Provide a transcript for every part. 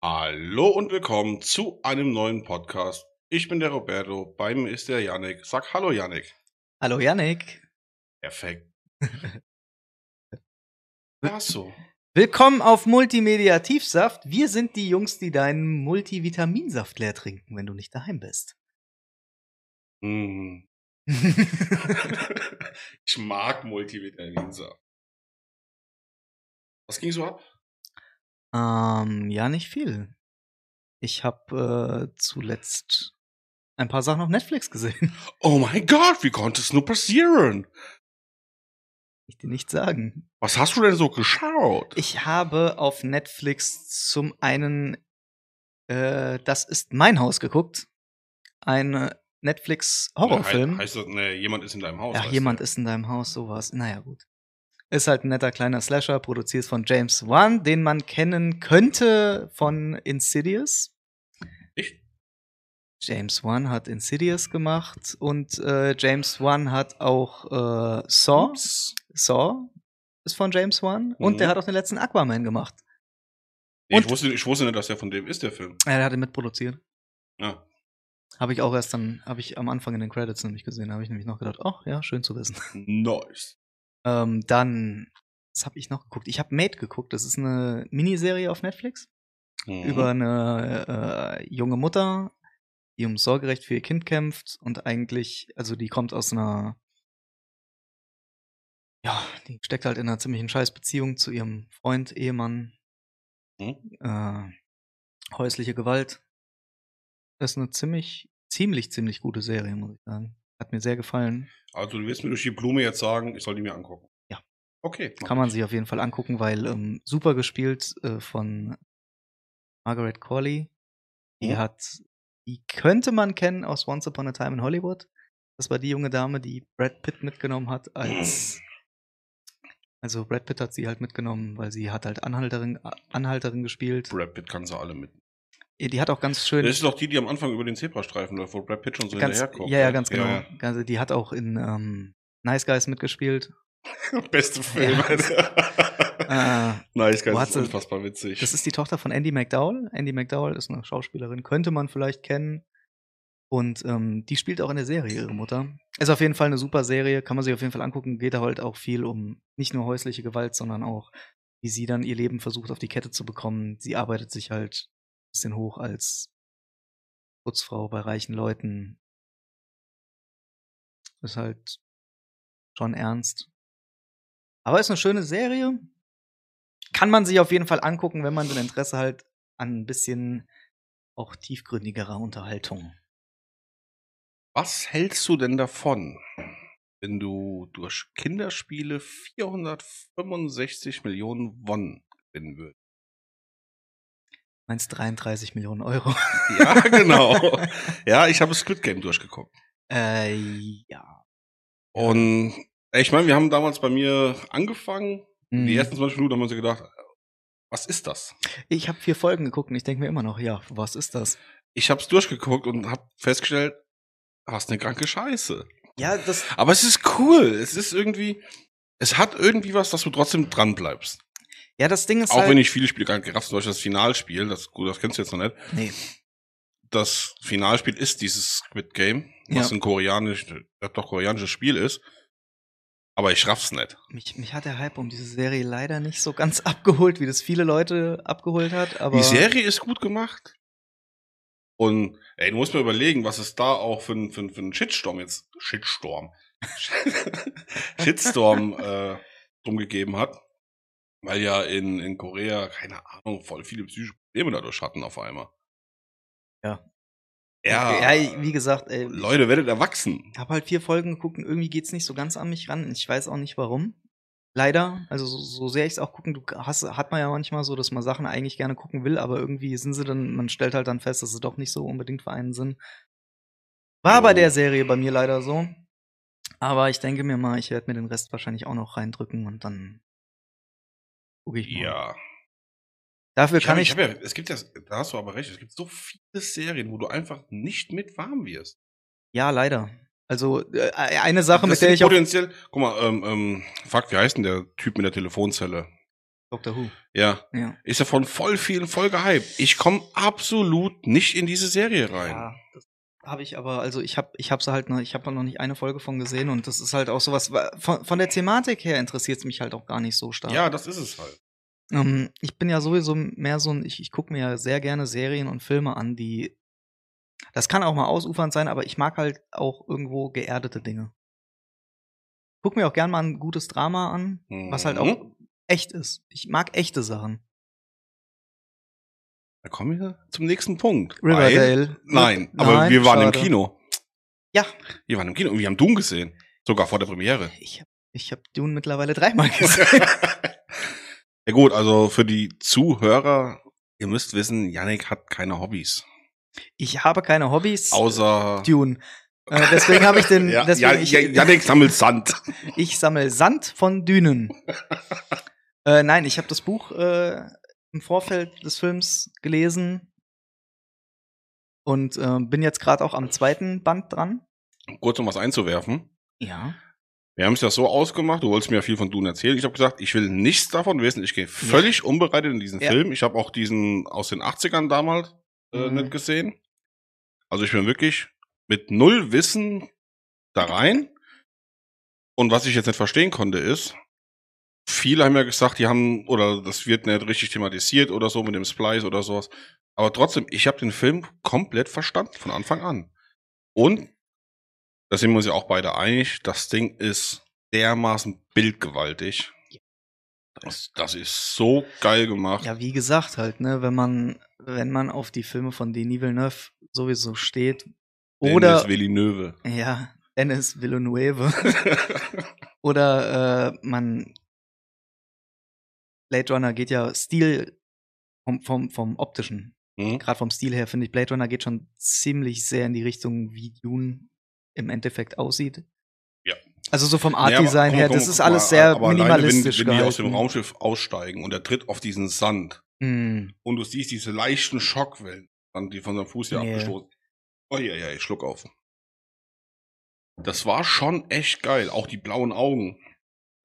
Hallo und willkommen zu einem neuen Podcast. Ich bin der Roberto, bei mir ist der Yannick. Sag Hallo Yannick. Hallo Yannick. Perfekt. Ach so. Willkommen auf Multimedia Tiefsaft. Wir sind die Jungs, die deinen Multivitaminsaft leer trinken, wenn du nicht daheim bist. Hm. ich mag Multivitaminsaft. Was ging so ab? ähm, ja, nicht viel. Ich habe äh, zuletzt ein paar Sachen auf Netflix gesehen, Oh mein Gott, wie konnte es nur passieren? die ich dir nicht sagen. Was hast du denn so geschaut? Ich habe auf Netflix zum einen äh, Das ist mein Haus geguckt. Ein He- Netflix-Horrorfilm. Heißt das, ne, jemand ist in deinem Haus. Ach, heißt jemand der. ist in deinem Haus, sowas. Naja, gut. Ist halt ein netter kleiner Slasher, produziert von James Wan, den man kennen könnte von Insidious. Ich? James Wan hat Insidious gemacht und äh, James Wan hat auch äh, Saw. Saw ist von James Wan Mhm. und der hat auch den letzten Aquaman gemacht. Nee, ich, Und- wusste, ich wusste nicht, dass der von dem ist, der Film. Ah, Ja, der hat ihn mitproduziert. Ja. Habe ich auch erst dann, habe ich am Anfang in den Credits nämlich gesehen, habe ich nämlich noch gedacht, ach ja, schön zu wissen. Nice. Ähm, dann, was habe ich noch geguckt? Ich habe Made geguckt. Das ist eine Miniserie auf Netflix Mhm. über eine äh, junge Mutter, die um Sorgerecht für ihr Kind kämpft und eigentlich, also die kommt aus einer, ja, die steckt halt in einer ziemlichen Scheißbeziehung zu ihrem Freund, Ehemann, Mhm. äh, häusliche Gewalt. Das ist eine ziemlich, ziemlich, ziemlich gute Serie, muss ich sagen. Hat mir sehr gefallen. Also du willst mir durch die Blume jetzt sagen, ich soll die mir angucken. Ja. Okay. mach Kann man ich. sich auf jeden Fall angucken, weil ähm, super gespielt äh, von Margaret Corley. Die Mhm. hat, die könnte man kennen aus Once Upon a Time in Hollywood. Das war die junge Dame, die Brad Pitt mitgenommen hat als also Brad Pitt hat sie halt mitgenommen, weil sie hat halt Anhalterin, Anhalterin gespielt. Äh, Brad Pitt kann sie alle mit. Die hat auch ganz Das schön ist doch die, die am Anfang über den Zebrastreifen läuft, wo Brad Pitt schon so ganz, hinterherkommt. ja, ja, ganz genau. Ja, Also die hat auch in ähm, Nice Guys mitgespielt. ja. Beste Film. Ja, das- Äh, nice, Wo geil. hat Das ist sie- unfassbar witzig. Das ist die Tochter von Andy McDowell. Andy McDowell ist eine Schauspielerin, könnte man vielleicht kennen. Und ähm, die spielt auch in der Serie ihre Mutter. Ist auf jeden Fall eine super Serie, kann man sich auf jeden Fall angucken. Geht da halt auch viel um nicht nur häusliche Gewalt, sondern auch, wie sie dann ihr Leben versucht auf die Kette zu bekommen. Sie arbeitet sich halt ein bisschen hoch als Putzfrau bei reichen Leuten. Ist halt schon ernst. Aber ist eine schöne Serie. Kann man sich auf jeden Fall angucken, wenn man ein Interesse halt an ein bisschen auch tiefgründigerer Unterhaltung. Was hältst du denn davon, wenn du durch Kinderspiele 465 Millionen Won gewinnen würdest? Meinst 33 Millionen Euro? Ja, genau. ja, ich habe Squid Game durchgeguckt. äh, ja. Und ey, ich meine, wir haben damals bei mir angefangen. Die Mhm. ersten 20 Minuten haben wir uns gedacht, was ist das? Ich habe vier Folgen geguckt und ich denke mir immer noch, ja, was ist das? Ich habe es durchgeguckt und habe festgestellt, was eine kranke Scheiße. Ja, das. Aber es ist cool. Es ist irgendwie, es hat irgendwie was, dass du trotzdem dran bleibst. Ja, das Ding ist Auch halt. wenn ich viele Spiele gar nicht gerafft, habe, zum Beispiel das Finalspiel, das, gut, das kennst du jetzt noch nicht. nee. Das Finalspiel ist dieses Squid Game, was Ja. ein koreanisch, ja, doch koreanisches Spiel ist. Aber ich raff's nicht. Mich, mich hat der Hype um diese Serie leider nicht so ganz abgeholt, wie das viele Leute abgeholt hat. Aber Die Serie ist gut gemacht. Und ey, du musst mir überlegen, was es da auch für, ein- für, ein- für einen Shitstorm jetzt. Shitstorm. Shitstorm äh, drum gegeben hat. Weil ja in, in Korea, keine Ahnung, voll viele psychische Probleme dadurch hatten auf einmal. Ja. Ja, äh, ja wie gesagt, ey, ich- Leute, werdet erwachsen. Ich habe halt vier Folgen geguckt und irgendwie geht's nicht so ganz an mich ran. Ich weiß auch nicht warum. Leider, also so, so sehr ich es auch gucken, du hast, hat man ja manchmal so, dass man Sachen eigentlich gerne gucken will, aber irgendwie sind sie dann, man stellt halt dann fest, dass sie doch nicht so unbedingt für einen sind. War bei Jo. der Serie bei mir leider so. Aber ich denke mir mal, ich werde mir den Rest wahrscheinlich auch noch reindrücken und dann gucke ich mal. Ja. Dafür Ich hab, kann ich ich. hab ja, es gibt ja, da hast du aber recht, es gibt so viele Serien, wo du einfach nicht mit warm wirst. ja, leider. Also äh, eine Sache, das mit der sind ich auch potenziell. Guck mal, ähm, ähm, fuck, wie heißt denn der Typ mit der Telefonzelle? Doctor Who. Ja. Ja. Ist ja von voll vielen voll gehypt. Ich komme absolut nicht in diese Serie rein. Ja, das habe ich aber, also ich habe ich hab's halt noch, ich habe noch nicht eine Folge von gesehen und das ist halt auch sowas, wa- von, von der Thematik her interessiert es mich halt auch gar nicht so stark. Ja, das ist es halt. Ähm, ich bin ja sowieso mehr so ein, ich, ich gucke mir ja sehr gerne Serien und Filme an, die, das kann auch mal ausufernd sein, aber ich mag halt auch irgendwo geerdete Dinge. Guck mir auch gern mal ein gutes Drama an, was Mhm. halt auch echt ist. Ich mag echte Sachen. Da kommen wir zum nächsten Punkt. Weil- Riverdale. Nein, aber wir waren schade. im Kino. Ja. Wir waren im Kino und wir haben Doom gesehen. Sogar vor der Premiere. Ich habe ich hab Dune mittlerweile dreimal gesehen. Ja gut, also für die Zuhörer, ihr müsst wissen, Yannick hat keine Hobbys. ich habe keine Hobbys. Außer Dune. Äh, deswegen habe ich den. ja, deswegen ja, ich, ja, Yannick sammelt Sand. ich sammle Sand von Dünen. äh, nein, ich habe das Buch äh, im Vorfeld des Films gelesen und äh, bin jetzt gerade auch am zweiten Band dran. Kurz um was einzuwerfen. Ja. Wir haben es ja so ausgemacht, du wolltest mir ja viel von Dune erzählen. Ich habe gesagt, ich will nichts davon wissen. Ich gehe völlig unbereitet in diesen Ja. Film. Ich habe auch diesen aus den 80ern damals äh, Mhm. nicht gesehen. Also ich bin wirklich mit null Wissen da rein. Und was ich jetzt nicht verstehen konnte, ist, viele haben ja gesagt, die haben, oder das wird nicht richtig thematisiert oder so mit dem Splice oder sowas. Aber trotzdem, ich habe den Film komplett verstanden, von Anfang an. Und da sind wir uns ja auch beide einig, das Ding ist dermaßen bildgewaltig. Das, das ist so geil gemacht. Ja, wie gesagt, halt, ne, wenn man, wenn man auf die Filme von Denis Villeneuve sowieso steht. Oder. Dennis Villeneuve. ja, Dennis Villeneuve. Oder äh, man Blade Runner geht ja Stil vom, vom, vom optischen. Hm? Gerade vom Stil her finde ich, Blade Runner geht schon ziemlich sehr in die Richtung, wie Dune im Endeffekt aussieht. Ja. Also so vom Nee, aber Art-Design guck mal, her, guck mal, das ist guck mal, alles sehr aber alleine, minimalistisch. Wenn, wenn die aus dem gehalten. Raumschiff aussteigen und er tritt auf diesen Sand Hm. und du siehst diese leichten Schockwellen, dann die von seinem Fuß ja Nee. abgestoßen. Oh ja, ja, ich schluck auf. Das war schon echt geil. Auch die blauen Augen.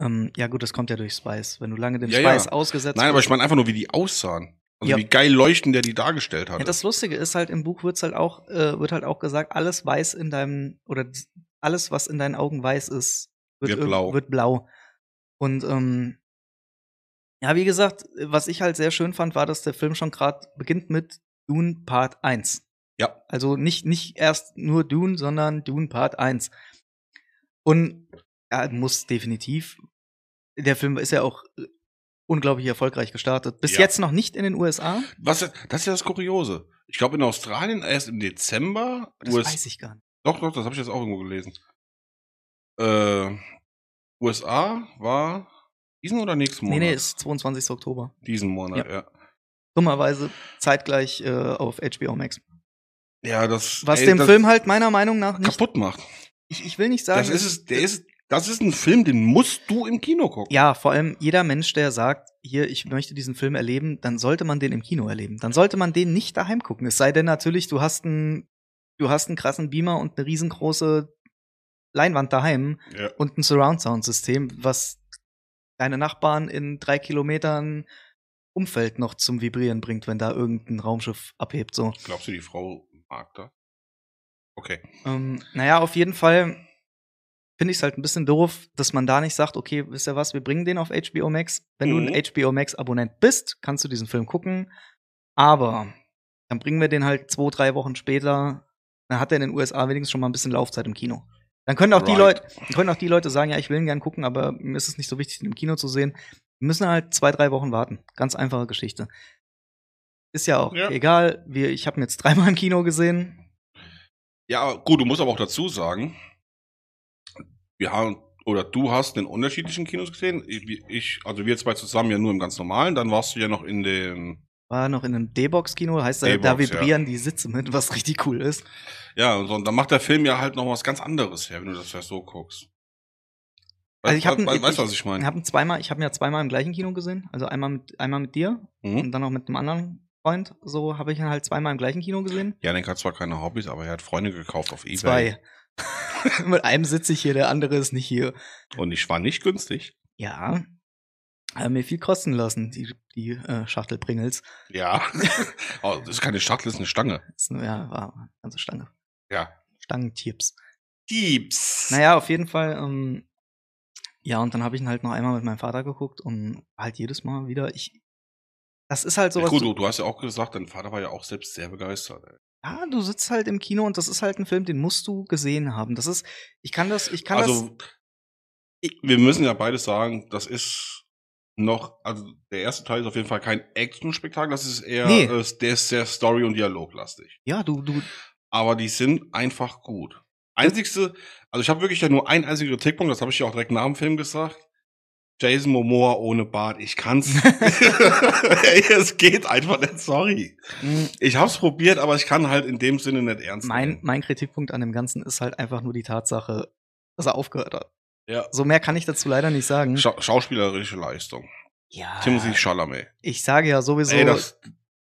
Ähm, ja, gut, das kommt ja durch Spice. Wenn du lange dem Ja, ja. Spice ausgesetzt Nein, aber bist- ich meine einfach nur, wie die aussahen. Also Ja. wie geil leuchtend der die dargestellt hat. Ja, das Lustige ist halt, im Buch wird's halt auch, äh, wird halt auch gesagt, alles weiß in deinem, oder d- alles, was in deinen Augen weiß ist, Wird irg- blau. Wird blau. Und ähm, ja, wie gesagt, was ich halt sehr schön fand, war, dass der Film schon gerade beginnt mit Dune Part 1. Ja. Also nicht, nicht erst nur Dune, sondern Dune Part 1. Und er muss definitiv. Der Film ist ja auch äh, unglaublich erfolgreich gestartet. Bis Ja. jetzt noch nicht in den USA. Was, das ist ja das Kuriose. Ich glaube, in Australien erst im Dezember. Das US weiß ich gar nicht. Doch, doch, das habe ich jetzt auch irgendwo gelesen. Äh, USA war diesen oder nächsten Nee, Monat? nee, ist 22. Oktober. diesen Monat, ja. ja. Dummerweise zeitgleich äh, auf HBO Max. das Was ey, dem das Film halt meiner Meinung nach nicht. kaputt macht. Ich, ich will nicht sagen. Das ist, es- es- der ist, das ist ein Film, den musst du im Kino gucken. ja, vor allem jeder Mensch, der sagt, hier, ich möchte diesen Film erleben, dann sollte man den im Kino erleben. Dann sollte man den nicht daheim gucken. Es sei denn natürlich, du hast einen, du hast einen krassen Beamer und eine riesengroße Leinwand daheim Ja. und ein Surround-Sound-System, was deine Nachbarn in drei Kilometern Umfeld noch zum Vibrieren bringt, wenn da irgendein Raumschiff abhebt. So. Glaubst du, die Frau mag das? Okay. Ähm, naja, auf jeden Fall finde ich es halt ein bisschen doof, dass man da nicht sagt, okay, wisst ihr was, wir bringen den auf HBO Max. Wenn Mhm. du ein HBO Max-Abonnent bist, kannst du diesen Film gucken. Aber dann bringen wir den halt zwei, drei Wochen später. Dann hat er in den USA wenigstens schon mal ein bisschen Laufzeit im Kino. Dann können auch, die, Right. Leute, dann können auch die Leute sagen, ja, ich will ihn gern gucken, aber mir ist es nicht so wichtig, ihn im Kino zu sehen. Wir müssen halt zwei, drei Wochen warten. Ganz einfache Geschichte. Ist ja auch Ja. egal. Wir, ich habe ihn jetzt dreimal im Kino gesehen. Ja, gut, du musst aber auch dazu sagen, wir haben, oder du hast in unterschiedlichen Kinos gesehen. Ich- Ich, also wir zwei zusammen ja nur im ganz normalen. Dann warst du ja noch in dem War noch in einem D-Box-Kino, heißt äh, da, da D-Box, ja. vibrieren die Sitze mit, was richtig cool ist. Ja, und so, und dann macht der Film ja halt noch was ganz anderes her, wenn du das ja so guckst. Also Weißt ich hab du, ein- ich- weißt, du, was ich Ich meine? habe ihn zweimal, ich habe ihn ja zweimal im gleichen Kino gesehen, also einmal mit, einmal mit dir und Mhm. dann auch mit einem anderen Freund. So habe ich ihn halt zweimal im gleichen Kino gesehen. Janik hat zwar keine Hobbys, aber er hat Freunde gekauft auf Ebay. Zwei. mit einem sitze ich hier, der andere ist nicht hier. Und ich war nicht günstig. Ja. Haben mir viel kosten lassen, die, die äh, Schachtel Pringles. Ja. oh, das ist keine Schachtel, das ist eine Stange. Ist, nur- ja, war eine ganze Stange. Ja. Stangentipps. Dieps. Naja, auf jeden Fall. Ähm, ja, und dann habe ich ihn halt noch einmal mit meinem Vater geguckt und halt jedes Mal wieder. Ich, das ist halt sowas. Gut, du, du hast ja auch gesagt, dein Vater war ja auch selbst sehr begeistert. Ey. ja, du sitzt halt im Kino und das ist halt ein Film, den musst du gesehen haben. Das ist, ich kann das, ich kann das. also, wir müssen ja beides sagen, das ist noch, also der erste Teil ist auf jeden Fall kein Action-Spektakel, das ist eher, Nee. äh, der ist sehr Story- und Dialoglastig. Ja, du, du, Aber die sind einfach gut. Einzigste, also ich habe wirklich ja nur einen einzigen Kritikpunkt, das habe ich ja auch direkt nach dem Film gesagt. Jason Momoa ohne Bart, ich kann's. Ey, es geht einfach nicht, sorry. mh, Ich hab's probiert, aber ich kann halt in dem Sinne nicht ernst mein, nehmen. mein Kritikpunkt an dem Ganzen ist halt einfach nur die Tatsache, dass er aufgehört hat. Ja. So mehr kann ich dazu leider nicht sagen. Scha schauspielerische Leistung. ja, Timothy Chalamet. ich sage ja sowieso, Ey, das,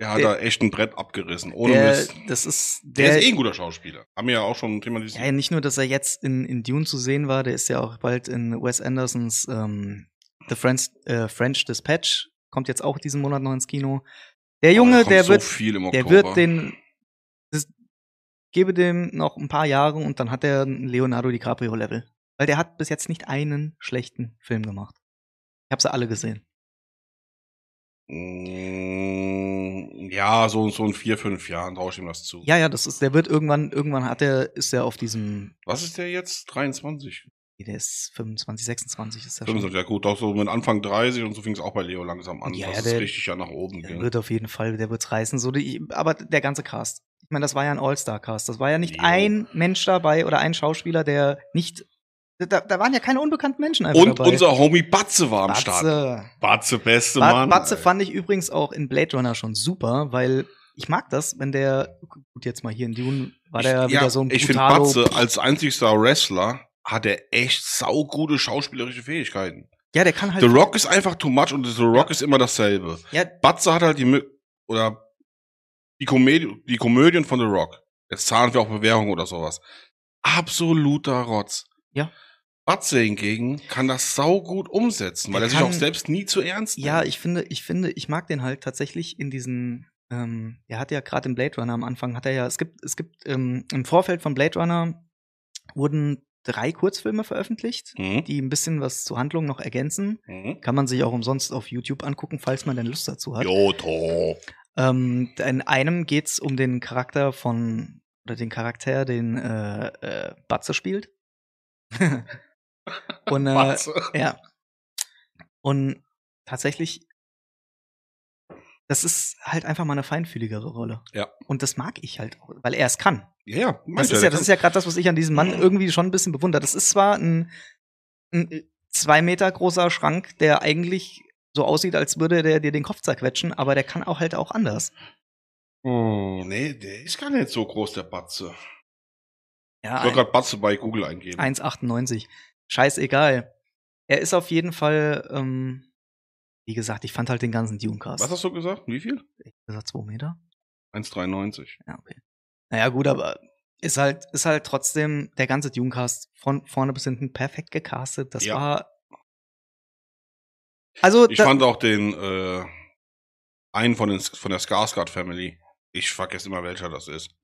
der hat der- da echt ein Brett abgerissen. Ohne der, Mist. das ist Der, der, ist eh ein guter Schauspieler. Haben wir ja auch schon thematisiert. Ja, nicht nur, dass er jetzt in, in Dune zu sehen war, der ist ja auch bald in Wes Andersons ähm, The French, äh, French Dispatch, kommt jetzt auch diesen Monat noch ins Kino. Oh, da Der Junge, kommt der so wird, viel im der Oktober. wird den, das, gebe dem noch ein paar Jahre und dann hat er ein Leonardo DiCaprio-Level. Weil der hat bis jetzt nicht einen schlechten Film gemacht. Ich habe sie alle gesehen. Mm, Ja, so, so in vier, fünf Jahren traue ich ihm das zu. Ja, ja, das ist, der wird irgendwann, irgendwann hat er, ist er auf diesem, Was ist der jetzt? 23? nee, der ist 25, 26 ist er schon. 25, ja gut, auch so mit Anfang 30 und so fing es auch bei Leo langsam an, Ja, dass ja, es der- richtig ja nach oben Der ging. wird auf jeden Fall, der wird's reißen. So die, aber der ganze Cast. Ich meine, das war ja ein All-Star-Cast. Das war ja nicht Jo. ein Mensch dabei oder ein Schauspieler, der nicht. Da, da waren ja keine unbekannten Menschen einfach Und dabei. unser Homie Batze war am Start. Batze. Batze, beste Ba- Mann. Batze ey. fand ich übrigens auch in Blade Runner schon super, weil ich mag das, wenn der. Gut, jetzt mal hier in Dune war Ich- der ja, wieder so ein Ich finde brutalo- Batze als einzigster Wrestler hat er echt saugute schauspielerische Fähigkeiten. Ja, der kann halt. The Rock ist einfach too much und The Rock ist immer dasselbe. Ja, Batze hat halt die Mö- oder die, Komödie, die Komödien von The Rock. Jetzt zahlen wir auch Bewährung oder sowas. Absoluter Rotz. Ja. Batze hingegen kann das saugut umsetzen, weil Der er sich kann- auch selbst nie zu ernst nimmt. Ja, ich finde, ich finde, ich mag den halt tatsächlich in diesen. Ähm, er hat ja gerade im Blade Runner am Anfang, hat er ja, es gibt, es gibt ähm, im Vorfeld von Blade Runner wurden drei Kurzfilme veröffentlicht, Mhm. die ein bisschen was zur Handlung noch ergänzen. Mhm. Kann man sich auch umsonst auf YouTube angucken, falls man denn Lust dazu hat. Joto. Ähm, in einem geht's um den Charakter von oder den Charakter, den äh, äh, Batze spielt. Und äh, Batze. ja. Und tatsächlich, das ist halt einfach mal eine feinfühligere Rolle. Ja. Und das mag ich halt, auch, weil er es kann. Ja, ja, Das ist ja, das ist ja gerade das, was ich an diesem Mhm. Mann irgendwie schon ein bisschen bewundere. Das ist zwar ein, ein äh, zwei Meter großer Schrank, der eigentlich so aussieht, als würde der dir den Kopf zerquetschen, aber der kann auch halt auch anders. Hm, nee, der ist gar nicht so groß, der Batze. Ja, Ich wollte gerade Batze bei Google eingeben. 1,98. Scheißegal. Er ist auf jeden Fall, ähm, wie gesagt, ich fand halt den ganzen Dune-Cast. Was hast du gesagt? Wie viel? gesagt, zwei Meter? 1,93. Ja, okay. Naja, gut, aber ist halt, ist halt trotzdem der ganze Dune-Cast von vorne bis hinten perfekt gecastet. Das Ja. war. Also, Ich da- fand auch den, äh, einen von, den, von der Skarsgård Family. Ich vergesse immer, welcher das ist.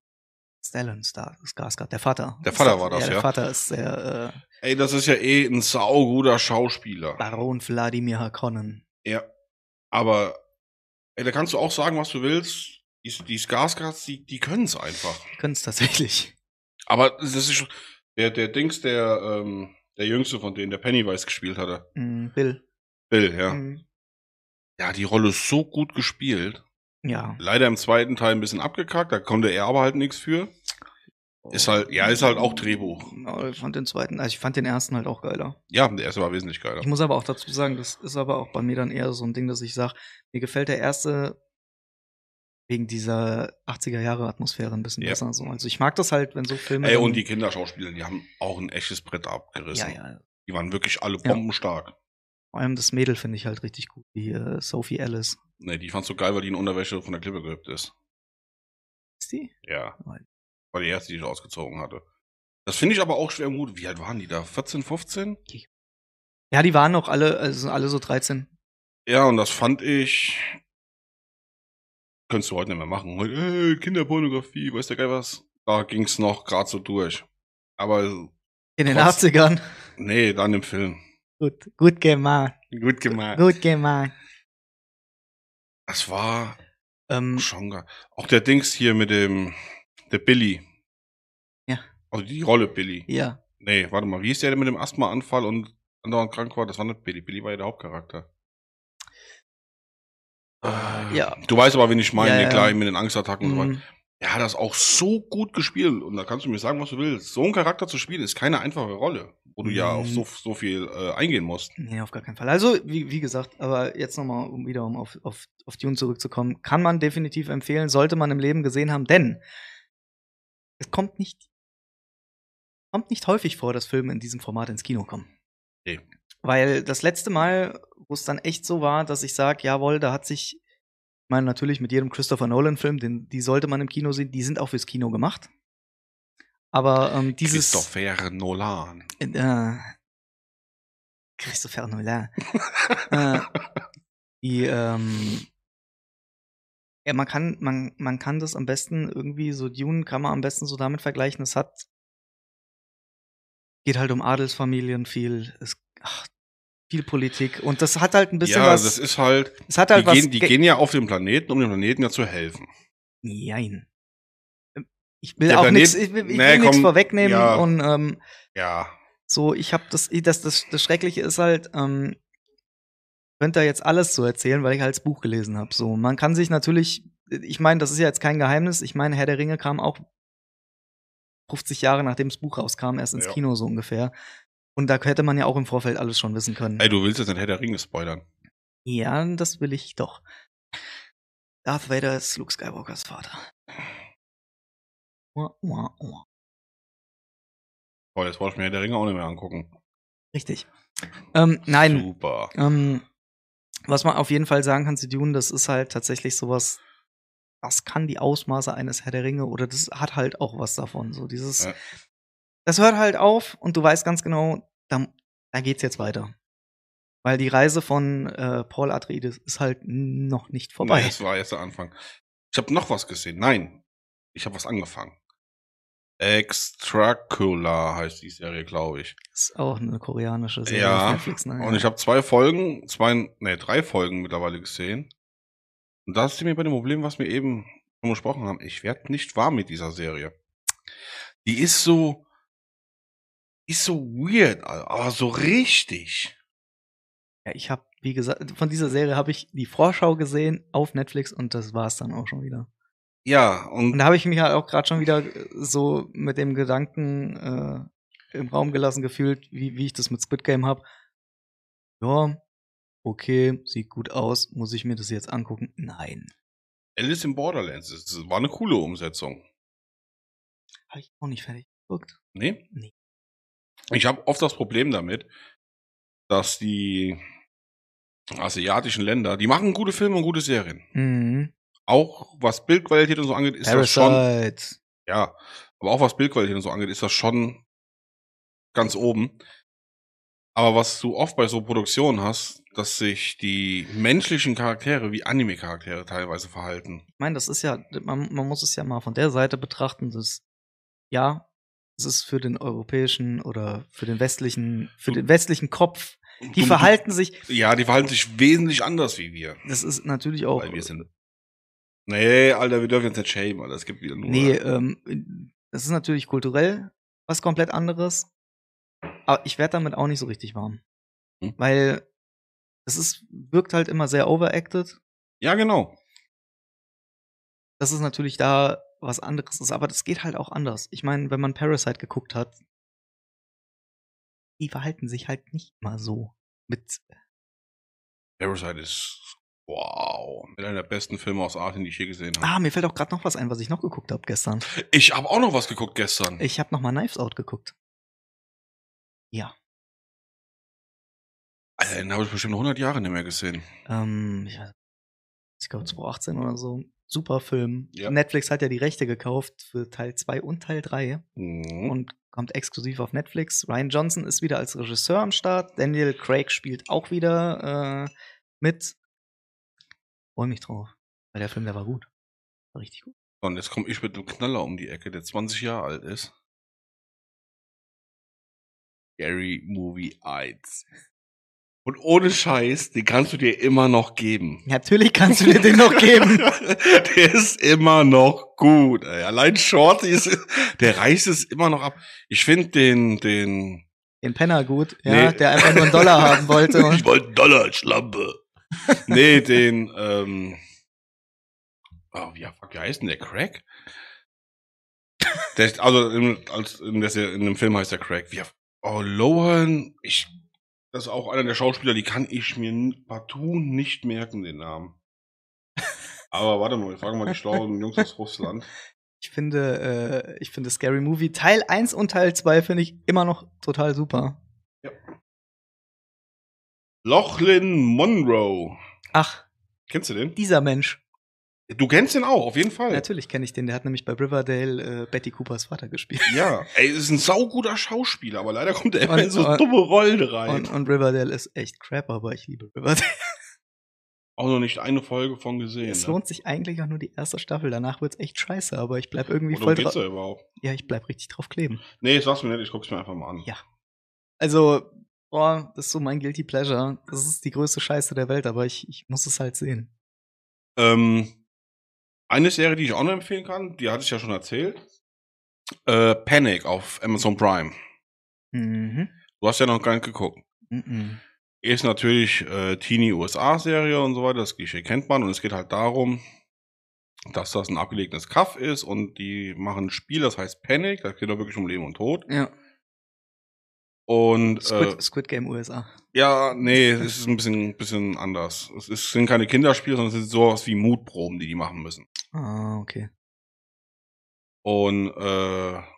Stellan Star, Skarsgård, der Vater. Der Vater war das, Der ja. Vater ist der äh, Ey, das ist ja eh ein sauguter Schauspieler. Baron Vladimir Harkonnen. Ja. Aber, ey, da kannst du auch sagen, was du willst. Die, die Skarsgårds, die, die können es einfach. Können es tatsächlich. Aber das ist schon- der, der Dings, der, ähm, der Jüngste von denen, der Pennywise gespielt hatte. Mm, Bill. Bill, ja. Mm, Ja, die Rolle ist so gut gespielt. Ja. Leider im zweiten Teil ein bisschen abgekackt, da konnte er aber halt nichts für. Ist halt, ja, ist halt auch Drehbuch. Ja, Ich fand den zweiten, also ich fand den ersten halt auch geiler. Ja, der erste war wesentlich geiler. Ich muss aber auch dazu sagen, das ist aber auch bei mir dann eher so ein Ding, dass ich sage, mir gefällt der erste wegen dieser 80er Jahre Atmosphäre ein bisschen Ja. besser. So. Also ich mag das halt, wenn so Filme. Ey, dann- und die Kinderschauspieler, die haben auch ein echtes Brett abgerissen. ja, ja. Die waren wirklich alle bombenstark. Vor allem das Mädel finde ich halt richtig gut, die äh, Sophie Ellis. Nee, die fandst du geil, weil die in Unterwäsche von der Klippe gehüpft ist. Ist die? Ja. Nein. War die erste, die ich ausgezogen hatte. Das finde ich aber auch schwer Mut. Wie alt waren die da? 14, 15? Ja, die waren noch alle, also alle so 13. Ja, und das fand ich. Könntest du heute nicht mehr machen. Heute, äh, Kinderpornografie, weiß der Geil was. Da ging's noch gerade so durch. Aber In den Trotz- 80ern. nee, dann im Film. Gut, gut gemacht. Gut gemacht. Gut gemacht. Das war Ähm, schon geil. Auch der Dings hier mit dem. Der Billy. Ja. Also die Rolle Billy. ja. Nee, warte mal, wie ist der denn mit dem Asthmaanfall und andauernd krank war? Das war nicht Billy. Billy war ja der Hauptcharakter. Ah, ja. Du weißt aber, wen ich meine, Ja, den ja. Kleinen mit den Angstattacken und so weiter. Mhm. Er hat das auch so gut gespielt. Und da kannst du mir sagen, was du willst. So einen Charakter zu spielen, ist keine einfache Rolle, wo du ja Mhm. auf so, so viel äh, eingehen musst. Nee, auf gar keinen Fall. Also, wie, wie gesagt, aber jetzt nochmal, um wieder um auf, auf, auf Dune zurückzukommen, kann man definitiv empfehlen, sollte man im Leben gesehen haben, denn es kommt nicht, kommt nicht häufig vor, dass Filme in diesem Format ins Kino kommen. Nee. Weil das letzte Mal, wo es dann echt so war, dass ich sage, jawohl, da hat sich, ich meine, natürlich mit jedem Christopher Nolan-Film, den- die sollte man im Kino sehen, die sind auch fürs Kino gemacht. Aber ähm, dieses. Christopher Nolan. Äh, Christopher Nolan. äh, die, ähm, ja, man kann, man, man kann das am besten irgendwie, so Dune kann man am besten so damit vergleichen, es hat, geht halt um Adelsfamilien viel, es, ach, viel Politik und das hat halt ein bisschen Ja, was, das ist halt. es hat Die, halt was, gehen, die ge- gehen ja auf den Planeten, um dem Planeten ja zu helfen. Jein. Ähm, Ich will Der auch Planet- nichts, ich will, ich Nee, will nichts komm, vorwegnehmen ja. und, ähm, Ja. So, ich habe das, das, das, das Schreckliche ist halt, ähm, könnte da jetzt alles so erzählen, weil ich halt das Buch gelesen habe. So, man kann sich natürlich, ich meine, das ist ja jetzt kein Geheimnis. Ich meine, Herr der Ringe kam auch 50 Jahre nachdem das Buch rauskam, erst ins Ja. Kino so ungefähr. Und da hätte man ja auch im Vorfeld alles schon wissen können. Ey, du willst jetzt nicht Herr der Ringe spoilern. Ja, das will ich doch. Darth Vader ist Luke Skywalkers Vater. Uah, uah, uah. Boah, jetzt wollte ich mir Herr der Ringe auch nicht mehr angucken. Richtig. Ähm, nein, Super. Ähm, was man auf jeden Fall sagen kann zu Dune, das ist halt tatsächlich sowas, das kann die Ausmaße eines Herr der Ringe oder das hat halt auch was davon. So dieses, Ja. das hört halt auf und du weißt ganz genau, da, da geht's jetzt weiter. Weil die Reise von äh, Paul Atreides ist halt noch nicht vorbei. Nee, das war erst der Anfang. Ich habe noch was gesehen. Nein, ich habe was angefangen. Extracula heißt die Serie, glaube ich. Das ist auch eine koreanische Serie Ja, auf Netflix. Ne? Und ich habe zwei Folgen, zwei, nee, drei Folgen mittlerweile gesehen. Und da sind wir bei dem Problem, was wir eben schon besprochen haben. Ich werde nicht warm mit dieser Serie. Die ist so, ist so weird, aber so richtig. ja, ich habe, wie gesagt, von dieser Serie habe ich die Vorschau gesehen auf Netflix und das war's dann auch schon wieder. Ja, und Und da habe ich mich halt auch gerade schon wieder äh, so mit dem Gedanken äh, im Raum gelassen gefühlt, wie, wie ich das mit Squid Game habe. Ja, okay, sieht gut aus. Muss ich mir das jetzt angucken? Nein. Alice in Borderlands, das war eine coole Umsetzung. Habe ich auch nicht fertig geguckt. Nee? Nee. Ich habe oft das Problem damit, dass die asiatischen Länder, die machen gute Filme und gute Serien. Mhm. Auch was Bildqualität und so angeht, ist das schon, Parasite. ja, aber auch was Bildqualität und so angeht, ist das schon ganz oben. Aber was du oft bei so Produktionen hast, dass sich die menschlichen Charaktere wie Anime-Charaktere teilweise verhalten. Ich meine, das ist ja, man, man muss es ja mal von der Seite betrachten, dass ja, es ist für den europäischen oder für den westlichen, für den westlichen Kopf, die Du- verhalten sich, Du, ja, die verhalten sich wesentlich anders wie wir. das ist natürlich auch Weil wir sind. Nee, Alter, wir dürfen jetzt nicht shame, Alter. Es gibt wieder nur. Nee, ähm, das ist natürlich kulturell was komplett anderes. Aber ich werde damit auch nicht so richtig warm. Hm. Weil es ist, wirkt halt immer sehr overacted. Ja, genau. Das ist natürlich da was anderes ist, aber das geht halt auch anders. Ich meine, wenn man Parasite geguckt hat, die verhalten sich halt nicht mal so mit. Parasite ist wow. Mit einer der besten Filme aus Asien, die ich je gesehen habe. Ah, mir fällt auch gerade noch was ein, was ich noch geguckt habe gestern. Ich habe auch noch was geguckt gestern. Ich habe noch mal Knives Out geguckt. Alter, den habe ich bestimmt 100 Jahre nicht mehr gesehen. Ähm, ich weiß- ich glaube 2018 oder so. Super Film. Ja. Netflix hat ja die Rechte gekauft für Teil 2 und Teil 3 Mhm. und kommt exklusiv auf Netflix. Ryan Johnson ist wieder als Regisseur am Start. Daniel Craig spielt auch wieder äh, mit. Freue mich drauf. Weil der Film, der war gut. War richtig gut. Und jetzt komme ich mit einem Knaller um die Ecke, der 20 Jahre alt ist. Scary Movie 1. Und ohne Scheiß, den kannst du dir immer noch geben. Natürlich kannst du dir den noch geben. der ist immer noch gut. Ey. Allein Shorty ist, der reißt es immer noch ab. Ich finde den, den, Den Penner gut, ja, Nee. der einfach nur einen Dollar haben wollte. Und ich wollte einen Dollar, Schlampe. nee, den, ähm, oh, wie, fuck, wie heißt denn der Craig? Der, ist- also, in, als, in, der, Serie- in dem Film heißt der Craig. Wie, oh, Lohan, ich, das ist auch einer der Schauspieler, die kann ich mir n- partout nicht merken, den Namen. Aber warte mal, wir fragen mal die schlauen Jungs aus Russland. ich finde, äh, ich finde Scary Movie Teil 1 und Teil 2 finde ich immer noch total super. Lochlin Monroe. Ach, Kennst du den? dieser Mensch. Du kennst den auch, auf jeden Fall. Natürlich kenne ich den, der hat nämlich bei Riverdale äh, Betty Coopers Vater gespielt. Ja, ey, ist ein sauguter Schauspieler, aber leider kommt er immer Und- in so und- dumme Rollen rein. Und, und Riverdale ist echt crap, aber ich liebe Riverdale. auch noch nicht eine Folge von gesehen. Es ne? lohnt sich eigentlich auch nur die erste Staffel, danach wird's echt scheiße, aber ich bleib irgendwie Worum voll geht's drauf. da überhaupt? Ja, ich bleib richtig drauf kleben. Nee, sag's mir nicht, ich guck's mir einfach mal an. Ja. Also, boah, das ist so mein Guilty Pleasure. Das ist die größte Scheiße der Welt, aber ich, ich muss es halt sehen. Ähm, eine Serie, die ich auch noch empfehlen kann, die hatte ich ja schon erzählt. Äh, Panic auf Amazon Prime. Mhm. Du hast ja noch gar nicht geguckt. Mhm. Ist natürlich äh, Teenie-USA-Serie und so weiter, das Klischee kennt man. Und es geht halt darum, dass das ein abgelegenes Kaff ist und die machen ein Spiel, das heißt Panic. Da geht da wirklich um Leben und Tod. Ja. Und äh, Squid, Squid Game USA. Ja, nee, es ist ein bisschen, bisschen anders. Es ist, sind keine Kinderspiele, sondern es sind sowas wie Mutproben, die die machen müssen. Ah, okay. Und äh, war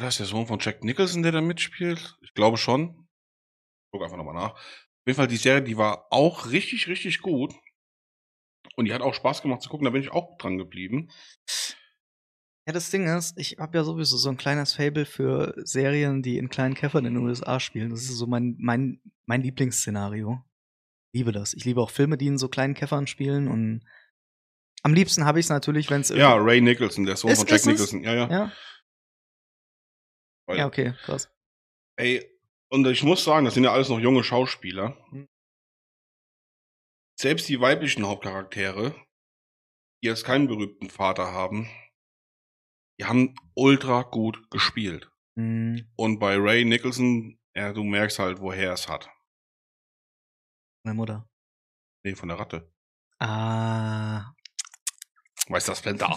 das der Sohn von Jack Nicholson, der da mitspielt? Ich glaube schon. Ich guck einfach nochmal nach. Auf jeden Fall, die Serie, die war auch richtig, richtig gut. Und die hat auch Spaß gemacht zu gucken, da bin ich auch dran geblieben. Ja, das Ding ist, ich habe ja sowieso so ein kleines Fable für Serien, die in kleinen Käfern in den USA spielen. Das ist so mein, mein, mein Lieblingsszenario. Liebe das. Ich liebe auch Filme, die in so kleinen Käfern spielen und am liebsten habe ich es natürlich, wenn es Ja, Ray Nicholson, der Sohn Ist- von Jack ist es? Nicholson. Ja, ja. ja. Weil- Ja, okay, krass. Ey, und ich muss sagen, das sind ja alles noch junge Schauspieler. Mhm. Selbst die weiblichen Hauptcharaktere, die jetzt keinen berühmten Vater haben, die haben ultra gut gespielt. Hm. Und bei Ray Nicholson, ja, du merkst halt, woher es hat. Meine Mutter. Nee, von der Ratte. Ah. Weißt das Blender?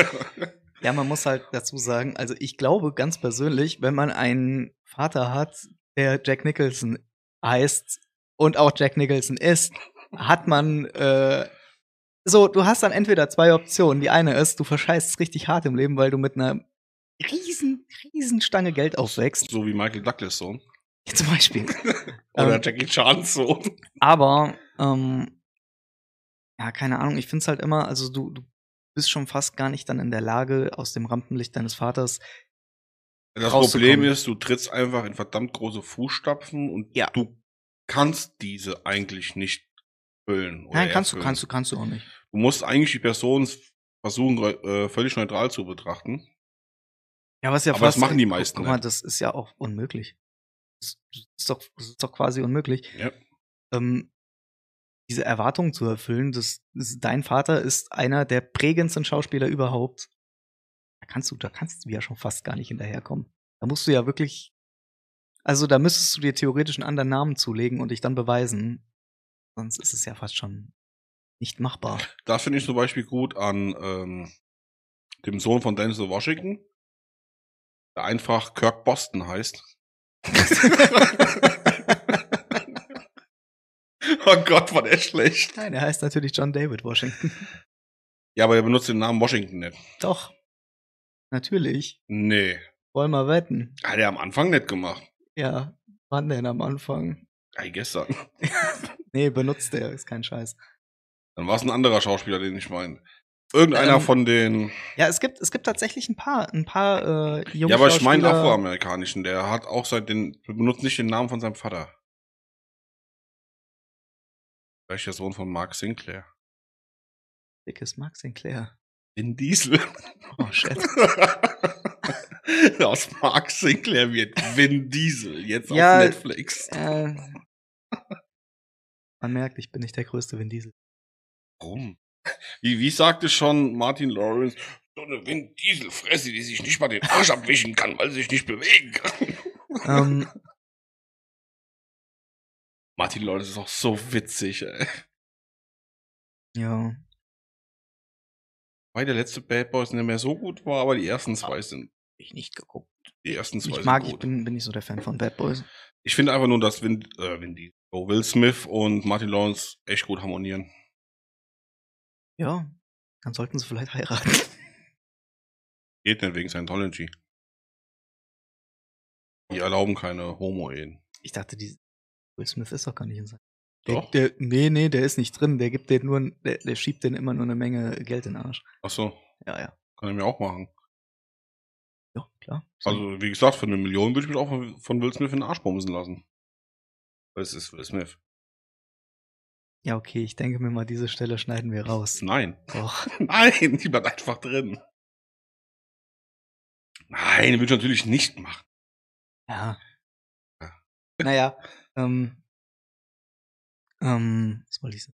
Ja, man muss halt dazu sagen, also ich glaube ganz persönlich, wenn man einen Vater hat, der Jack Nicholson heißt und auch Jack Nicholson ist, hat man äh, so, du hast dann entweder zwei Optionen. Die eine ist, du verscheißt es richtig hart im Leben, weil du mit einer riesen, riesen Stange Geld aufwächst. so wie Michael Douglas Sohn. Zum Beispiel. Oder Ähm. Jackie Chan Sohn. Aber, ähm, ja, keine Ahnung, ich finde es halt immer, also du, du bist schon fast gar nicht dann in der Lage, aus dem Rampenlicht deines Vaters. Das rauszukommen. Problem ist, du trittst einfach in verdammt große Fußstapfen und Ja. du kannst diese eigentlich nicht füllen. Nein, kannst du, erfüllen. kannst du, kannst du auch nicht. Du musst eigentlich die Person versuchen, äh, völlig neutral zu betrachten. Ja, was ja Aber das machen die meisten ne? Guck mal, nicht. das ist ja auch unmöglich. Das ist doch, das ist doch quasi unmöglich. Ja. Ähm, diese Erwartung zu erfüllen, dass, dass dein Vater ist einer der prägendsten Schauspieler überhaupt. Da kannst du, da kannst du ja schon fast gar nicht hinterherkommen. Da musst du ja wirklich, also da müsstest du dir theoretisch einen anderen Namen zulegen und dich dann beweisen. Sonst ist es ja fast schon nicht machbar. Das finde ich zum Beispiel gut an ähm, dem Sohn von Denzel Washington, der einfach Kirk Boston heißt. oh Gott, war der schlecht. Nein, er heißt natürlich John David Washington. Ja, aber er benutzt den Namen Washington nicht. Doch. Natürlich. Nee. Wollen wir wetten? Hat er am Anfang nicht gemacht. Ja, wann denn am Anfang? Ey, gestern. Nee, benutzt er, ist kein Scheiß. Dann war es ein anderer Schauspieler, den ich meine. Irgendeiner Ähm, von den. Ja, es gibt, es gibt tatsächlich ein paar, ein paar äh, junge Ja, aber ich meine Schauspieler- Afroamerikanischen. Der hat auch seit den. Benutzt nicht den Namen von seinem Vater. Vielleicht der Sohn von Mark Sinclair. Dickes Mark Sinclair. In Diesel. Oh, shit. Aus Mark Sinclair wird Vin Diesel jetzt Ja, auf Netflix. äh, man merkt, ich bin nicht der größte Vin Diesel. Warum? Wie, wie sagte schon Martin Lawrence, so eine Vin Diesel Fresse, die sich nicht mal den Arsch abwischen kann, weil sie sich nicht bewegen kann. ähm, Martin Lawrence ist auch so witzig, ey. ja. Weil der letzte Bad Boys nicht mehr so gut war, aber die ersten Ah. zwei sind, Ich nicht geguckt. die ersten zwei Ich mag, sind ich gut. bin, bin nicht so der Fan von Bad Boys. Ich finde einfach nur, dass Vin, äh, Vin Diesel, Will Smith und Martin Lawrence echt gut harmonieren. Ja, dann sollten sie vielleicht heiraten. Geht nicht wegen Scientology. Die erlauben keine Homo-Ehen. Ich dachte, die Will Smith ist doch gar nicht in sein. Doch. Der, der, nee, nee, der ist nicht drin. Der gibt den nur, ein- der, der schiebt den immer nur eine Menge Geld in den Arsch. Ach so, Ja, ja. kann ich mir auch machen. Ja, klar. Also, wie gesagt, für eine Million würde ich mich auch von- von Will Smith in den Arsch bumsen lassen. Weil Es ist Will Smith. ja, okay, ich denke mir mal, diese Stelle schneiden wir raus. Nein. Doch. Nein, die bleibt einfach drin. Nein, würde ich natürlich nicht machen. Ja. Ja. Naja, ähm, ähm, was wollte ich sagen?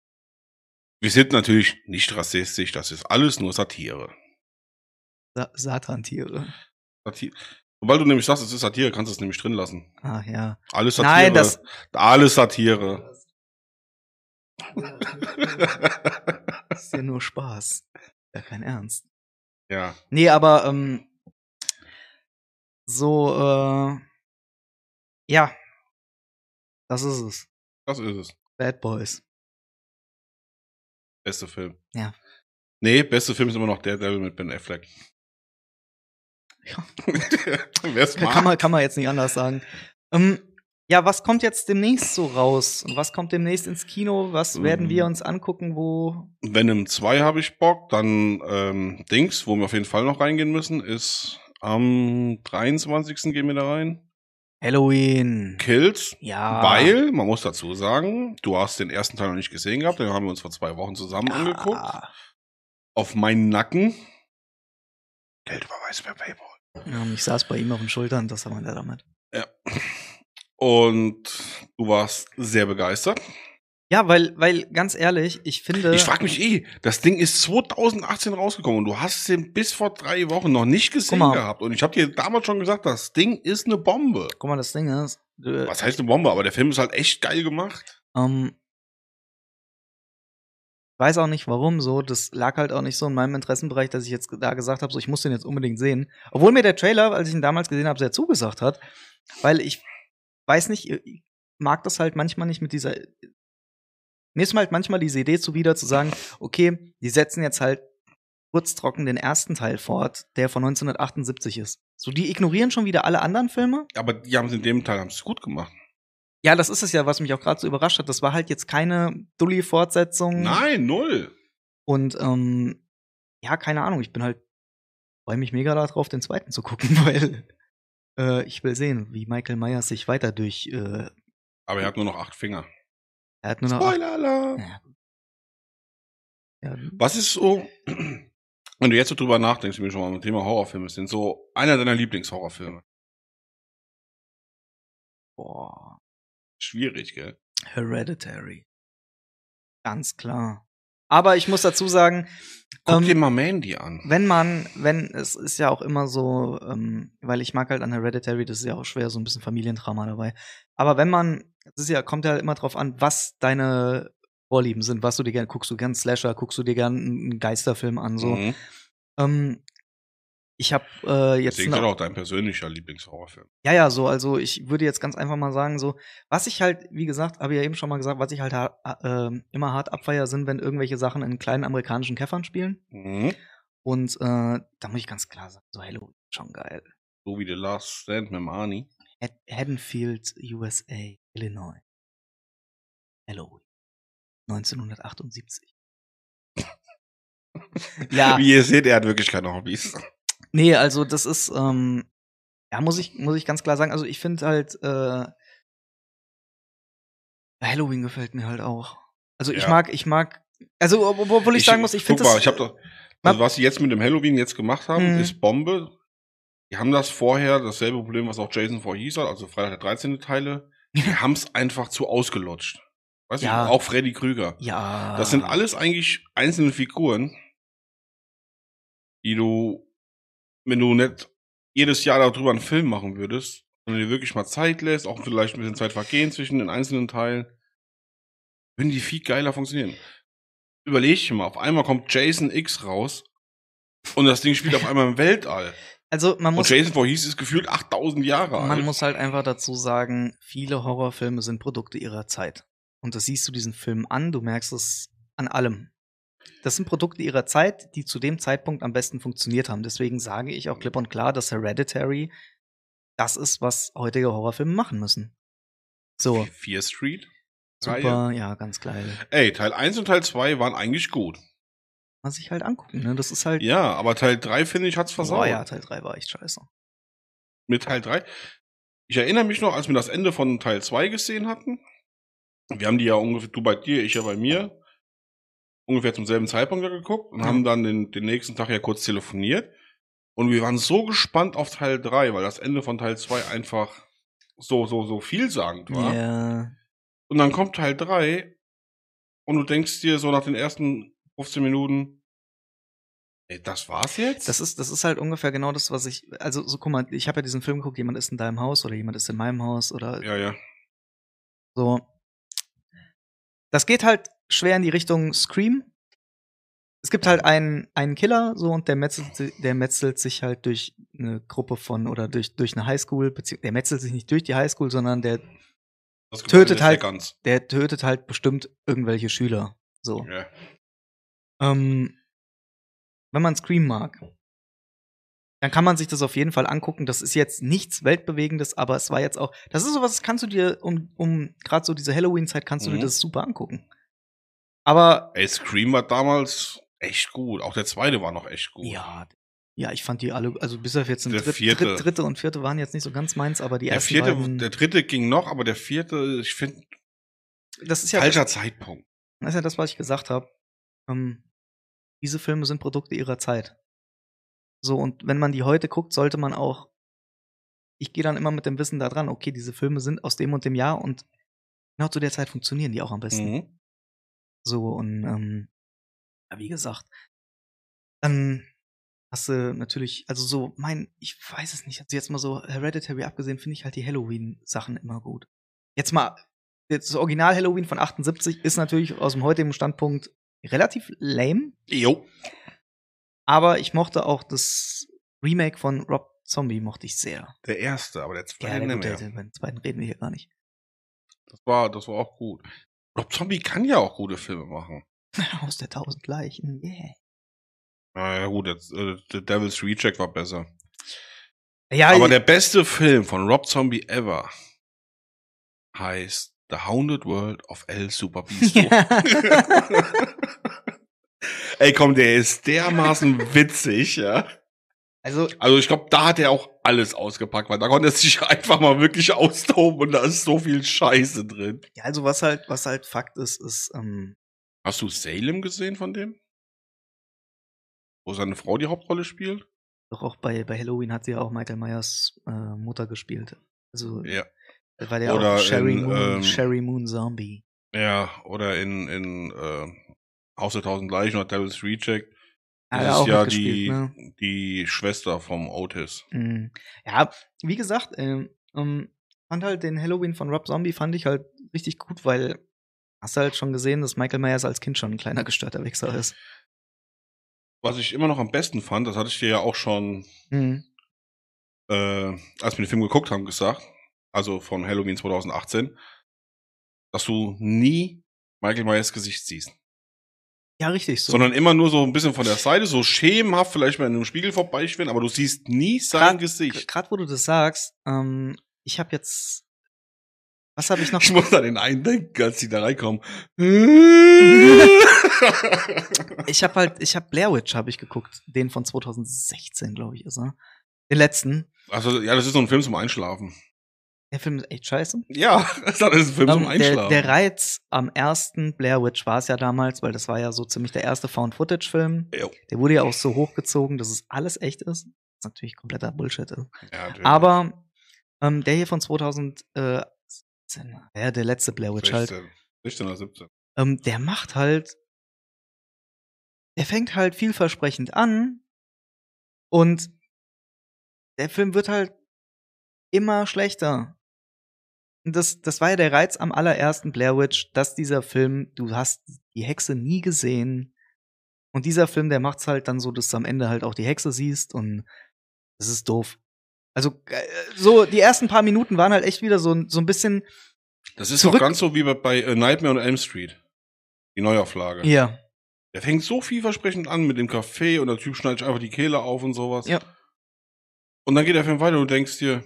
Wir sind natürlich nicht rassistisch, das ist alles nur Satire. Sa Satan-Tiere. Satire. Sobald du nämlich sagst, es ist Satire, kannst du es nämlich drin lassen. Ah, ja. Alles Satire. Nein, das. alles Satire. Das ist ja nur Spaß. Ja, kein Ernst. ja. Nee, aber ähm, so, äh, ja, das ist es. Das ist es. Bad Boys. Beste Film. Ja. Nee, beste Film ist immer noch Daredevil mit Ben Affleck. Ja. Wer's Kann, mag. kann, man, kann man jetzt nicht anders sagen. Ähm, ja, was kommt jetzt demnächst so raus? Und was kommt demnächst ins Kino? Was werden Ähm. wir uns angucken, wo. Venom 2 habe ich Bock. Dann ähm, Dings, wo wir auf jeden Fall noch reingehen müssen, ist am 23. gehen wir da rein. Halloween. Kills. Ja. Weil, man muss dazu sagen, du hast den ersten Teil noch nicht gesehen gehabt, den haben wir uns vor zwei Wochen zusammen Ja. angeguckt. Auf meinen Nacken. Geld überweist per Paypal. Ähm, ich saß bei ihm auf den Schultern, das haben wir da damit. Und du warst sehr begeistert. Ja, weil, weil, ganz ehrlich, ich finde. Ich frage mich eh, das Ding ist 2018 rausgekommen und du hast es eben bis vor drei Wochen noch nicht gesehen Guck mal. gehabt. Und ich habe dir damals schon gesagt, das Ding ist eine Bombe. guck mal, das Ding ist. äh, Was heißt eine Bombe? Aber der Film ist halt echt geil gemacht. Ähm, weiß auch nicht warum so. Das lag halt auch nicht so in meinem Interessenbereich, dass ich jetzt da gesagt habe, so ich muss den jetzt unbedingt sehen. Obwohl mir der Trailer, als ich ihn damals gesehen habe, sehr zugesagt hat. Weil ich weiß nicht, ich mag das halt manchmal nicht mit dieser. Mir ist halt manchmal diese Idee zuwider zu sagen, okay, die setzen jetzt halt kurztrocken den ersten Teil fort, der von 1978 ist. So, die ignorieren schon wieder alle anderen Filme. Aber die haben es in dem Teil haben's gut gemacht. Ja, das ist es ja, was mich auch gerade so überrascht hat. Das war halt jetzt keine Dulli-Fortsetzung. Nein, null. Und ähm, ja, keine Ahnung. Ich bin halt, freue mich mega darauf, den zweiten zu gucken, weil äh, ich will sehen, wie Michael Myers sich weiter durch. Äh, Aber er hat nur noch acht Finger. er hat nur noch. Spoiler Alarm. Ja. Ja, Was ist so, wenn du jetzt so drüber nachdenkst, wie wir schon mal beim Thema Horrorfilme sind, so einer deiner Lieblingshorrorfilme? boah, Schwierig, gell? Hereditary. Ganz klar. Aber ich muss dazu sagen, Guck ähm, dir mal Mandy an. wenn man, wenn, es ist ja auch immer so, ähm, weil ich mag halt an Hereditary, das ist ja auch schwer, so ein bisschen Familiendrama dabei. Aber wenn man, es ist ja, kommt ja immer drauf an, was deine Vorlieben sind, was du dir gerne, guckst du gern Slasher, guckst du dir gern einen Geisterfilm an, so. Mhm. Ähm, ich habe äh, jetzt Deswegen ist eine- das auch dein persönlicher Lieblingshorrorfilm. ja, ja, so, also ich würde jetzt ganz einfach mal sagen, so, was ich halt, wie gesagt, habe ich ja eben schon mal gesagt, was ich halt ha- äh, immer hart abfeier, sind, wenn irgendwelche Sachen in kleinen amerikanischen Käffern spielen. Mhm. Und äh, da muss ich ganz klar sagen, so Halloween ist schon geil. So wie The Last Stand mit Marnie. Had Haddonfield, USA, Illinois. Halloween. 1978. ja, Wie ihr seht, er hat wirklich keine Hobbys. nee, also das ist, ähm, ja, muss ich, muss ich ganz klar sagen, also ich finde halt, äh, Halloween gefällt mir halt auch. Also ich Ja. mag, ich mag, also ob- obwohl ich, sagen muss, ich guck finde das. mal, ich hab doch, also was sie jetzt mit dem Halloween jetzt gemacht haben, Mhm. ist Bombe. Die haben das vorher, dasselbe Problem, was auch Jason vorhieß hat, also Freitag der 13. Teile, die haben es einfach zu ausgelutscht. Weiß Ja. ich, auch Freddy Krüger. ja. Das sind alles eigentlich einzelne Figuren, die du, wenn du nicht jedes Jahr darüber einen Film machen würdest, wenn du dir wirklich mal Zeit lässt, auch vielleicht ein bisschen Zeit vergehen zwischen den einzelnen Teilen, würden die viel geiler funktionieren. Überleg dir mal, auf einmal kommt Jason X raus und das Ding spielt auf einmal im Weltall. Also man Und muss, Jason Voorhees ist gefühlt 8000 Jahre alt. man muss halt einfach dazu sagen, viele Horrorfilme sind Produkte ihrer Zeit. Und das siehst du diesen Film an, du merkst es an allem. Das sind Produkte ihrer Zeit, die zu dem Zeitpunkt am besten funktioniert haben. Deswegen sage ich auch klipp und klar, dass Hereditary das ist, was heutige Horrorfilme machen müssen. So, Fear Street. Reihe. super, ja, ganz geil. Ey, Teil 1 und Teil 2 waren eigentlich gut. Was ich halt angucken, ne? Das ist halt. Ja, aber Teil 3, finde ich, hat's versaut. Oh ja, Teil 3 war echt scheiße. mit Teil 3. Ich erinnere mich noch, als wir das Ende von Teil 2 gesehen hatten. Wir haben die ja ungefähr, du bei dir, ich ja bei mir, ungefähr zum selben Zeitpunkt ja geguckt und Mhm. haben dann den, den nächsten Tag ja kurz telefoniert. Und wir waren so gespannt auf Teil 3, weil das Ende von Teil 2 einfach so, so, so vielsagend war. Ja. Und dann kommt Teil 3 und du denkst dir so nach den ersten 15 Minuten, ey, das war's jetzt? Das ist, das ist halt ungefähr genau das, was ich. Also, so guck mal, ich habe ja diesen Film geguckt, jemand ist in deinem Haus oder jemand ist in meinem Haus oder ja, ja. so. Das geht halt schwer in die Richtung Scream. Es gibt halt einen, einen Killer, so, und der metzelt, si- der metzelt sich halt durch eine Gruppe von oder durch, durch eine Highschool, bezieh- der metzelt sich nicht durch die Highschool, sondern der, Das Gebäude Tötet ist ja halt- Ganz. der tötet halt bestimmt irgendwelche Schüler. So. Ja. Ähm, wenn man Scream mag, dann kann man sich das auf jeden Fall angucken. Das ist jetzt nichts Weltbewegendes, aber es war jetzt auch. Das ist sowas, das kannst du dir um, um gerade so diese Halloween-Zeit kannst du Mhm. dir das super angucken. Aber Ey, Scream war damals echt gut. Auch der zweite war noch echt gut. ja, ja, ich fand die alle, also bis auf jetzt den Der dritt, vierte. dritt, dritte und vierte waren jetzt nicht so ganz meins, aber die der, ersten vierte, beiden, der dritte ging noch, aber der vierte, ich finde, das ist ja falscher Zeitpunkt. Das ist ja das, was ich gesagt habe. Ähm, diese Filme sind Produkte ihrer Zeit. So, und wenn man die heute guckt, sollte man auch. Ich gehe dann immer mit dem Wissen da dran, okay, diese Filme sind aus dem und dem Jahr und genau zu der Zeit funktionieren die auch am besten. Mhm. So, und ähm, ja, wie gesagt, dann hast du natürlich, also so, mein, ich weiß es nicht, also jetzt mal so Hereditary abgesehen, finde ich halt die Halloween-Sachen immer gut. Jetzt mal, jetzt das Original Halloween von 78 ist natürlich aus dem heutigen Standpunkt relativ lame, Jo. aber ich mochte auch das Remake von Rob Zombie, mochte ich sehr. Der erste, aber der zweite Ja, der nicht gute, mehr. der- beim zweiten reden wir hier gar nicht. Das war, das war auch gut. Rob Zombie kann ja auch gute Filme machen. Aus der Tausend Leichen, yeah. Naja, gut, jetzt, äh, The Devil's Reject war besser. Ja, Aber der beste Film von Rob Zombie ever heißt The Hounded World of El Super Beast. Ey, komm, der ist dermaßen witzig, ja. also, Also ich glaube, da hat er auch alles ausgepackt, weil da konnte er sich einfach mal wirklich austoben und da ist so viel Scheiße drin. Ja, also was halt, was halt Fakt ist, ist, ähm, Hast du Salem gesehen von dem? Wo seine Frau die Hauptrolle spielt? doch auch bei, bei Halloween hat sie ja auch Michael Myers äh, Mutter gespielt. Also Ja. das war der Oder auch Sherry, in, Moon, ähm, Sherry Moon Zombie. Ja, oder in, in äh, Haus der Tausend Leichen oder Devil's Reject. das Hat er ist auch ja mitgespielt, die- ne? Die Schwester vom Otis. Mhm. Ja, wie gesagt, ähm, ähm, fand halt den Halloween von Rob Zombie fand ich halt richtig gut, weil hast du halt schon gesehen, dass Michael Myers als Kind schon ein kleiner gestörter Wichser ist. Was ich immer noch am besten fand, das hatte ich dir ja auch schon, Mhm. äh, als wir den Film geguckt haben, gesagt, also von Halloween 2018, dass du nie Michael Myers Gesicht siehst. Ja, richtig so. sondern immer nur so ein bisschen von der Seite, so schemenhaft vielleicht mal in einem Spiegel vorbeischwimmen, aber du siehst nie sein Grad- Gesicht. Gerade wo du das sagst, ähm, ich habe jetzt, was habe ich noch? Ich muss an den einen denken, als die da reinkommen. ja, Ich habe halt, ich habe Blair Witch habe ich geguckt, den von 2016, glaube ich, ist er. Den letzten. also ja, das ist so ein Film zum Einschlafen. Der Film ist echt scheiße. Ja, dann ist ein Film zum Ähm, der, Einschlafen. der Reiz am ersten Blair Witch war es ja damals, weil das war ja so ziemlich der erste Found-Footage-Film. Jo. Der wurde ja auch so hochgezogen, dass es alles echt ist. Was natürlich kompletter Bullshit ist. Ja, natürlich. Aber ähm, der hier von 2017, ja, der letzte Blair Witch halt, 16, 16 oder 17. ähm, der macht halt, der fängt halt vielversprechend an und der Film wird halt immer schlechter. Und das, das war ja der Reiz am allerersten Blair Witch, dass dieser Film, du hast die Hexe nie gesehen. Und dieser Film, der macht's halt dann so, dass du am Ende halt auch die Hexe siehst und das ist doof. Also, äh, so, die ersten paar Minuten waren halt echt wieder so, ein- so ein bisschen, Das ist Zurück- doch ganz so wie bei, bei äh, Nightmare on Elm Street. Die Neuauflage. ja, Der fängt so vielversprechend an mit dem Kaffee und der Typ schneidet sich einfach die Kehle auf und sowas. Ja. Und dann geht der Film weiter und du denkst dir,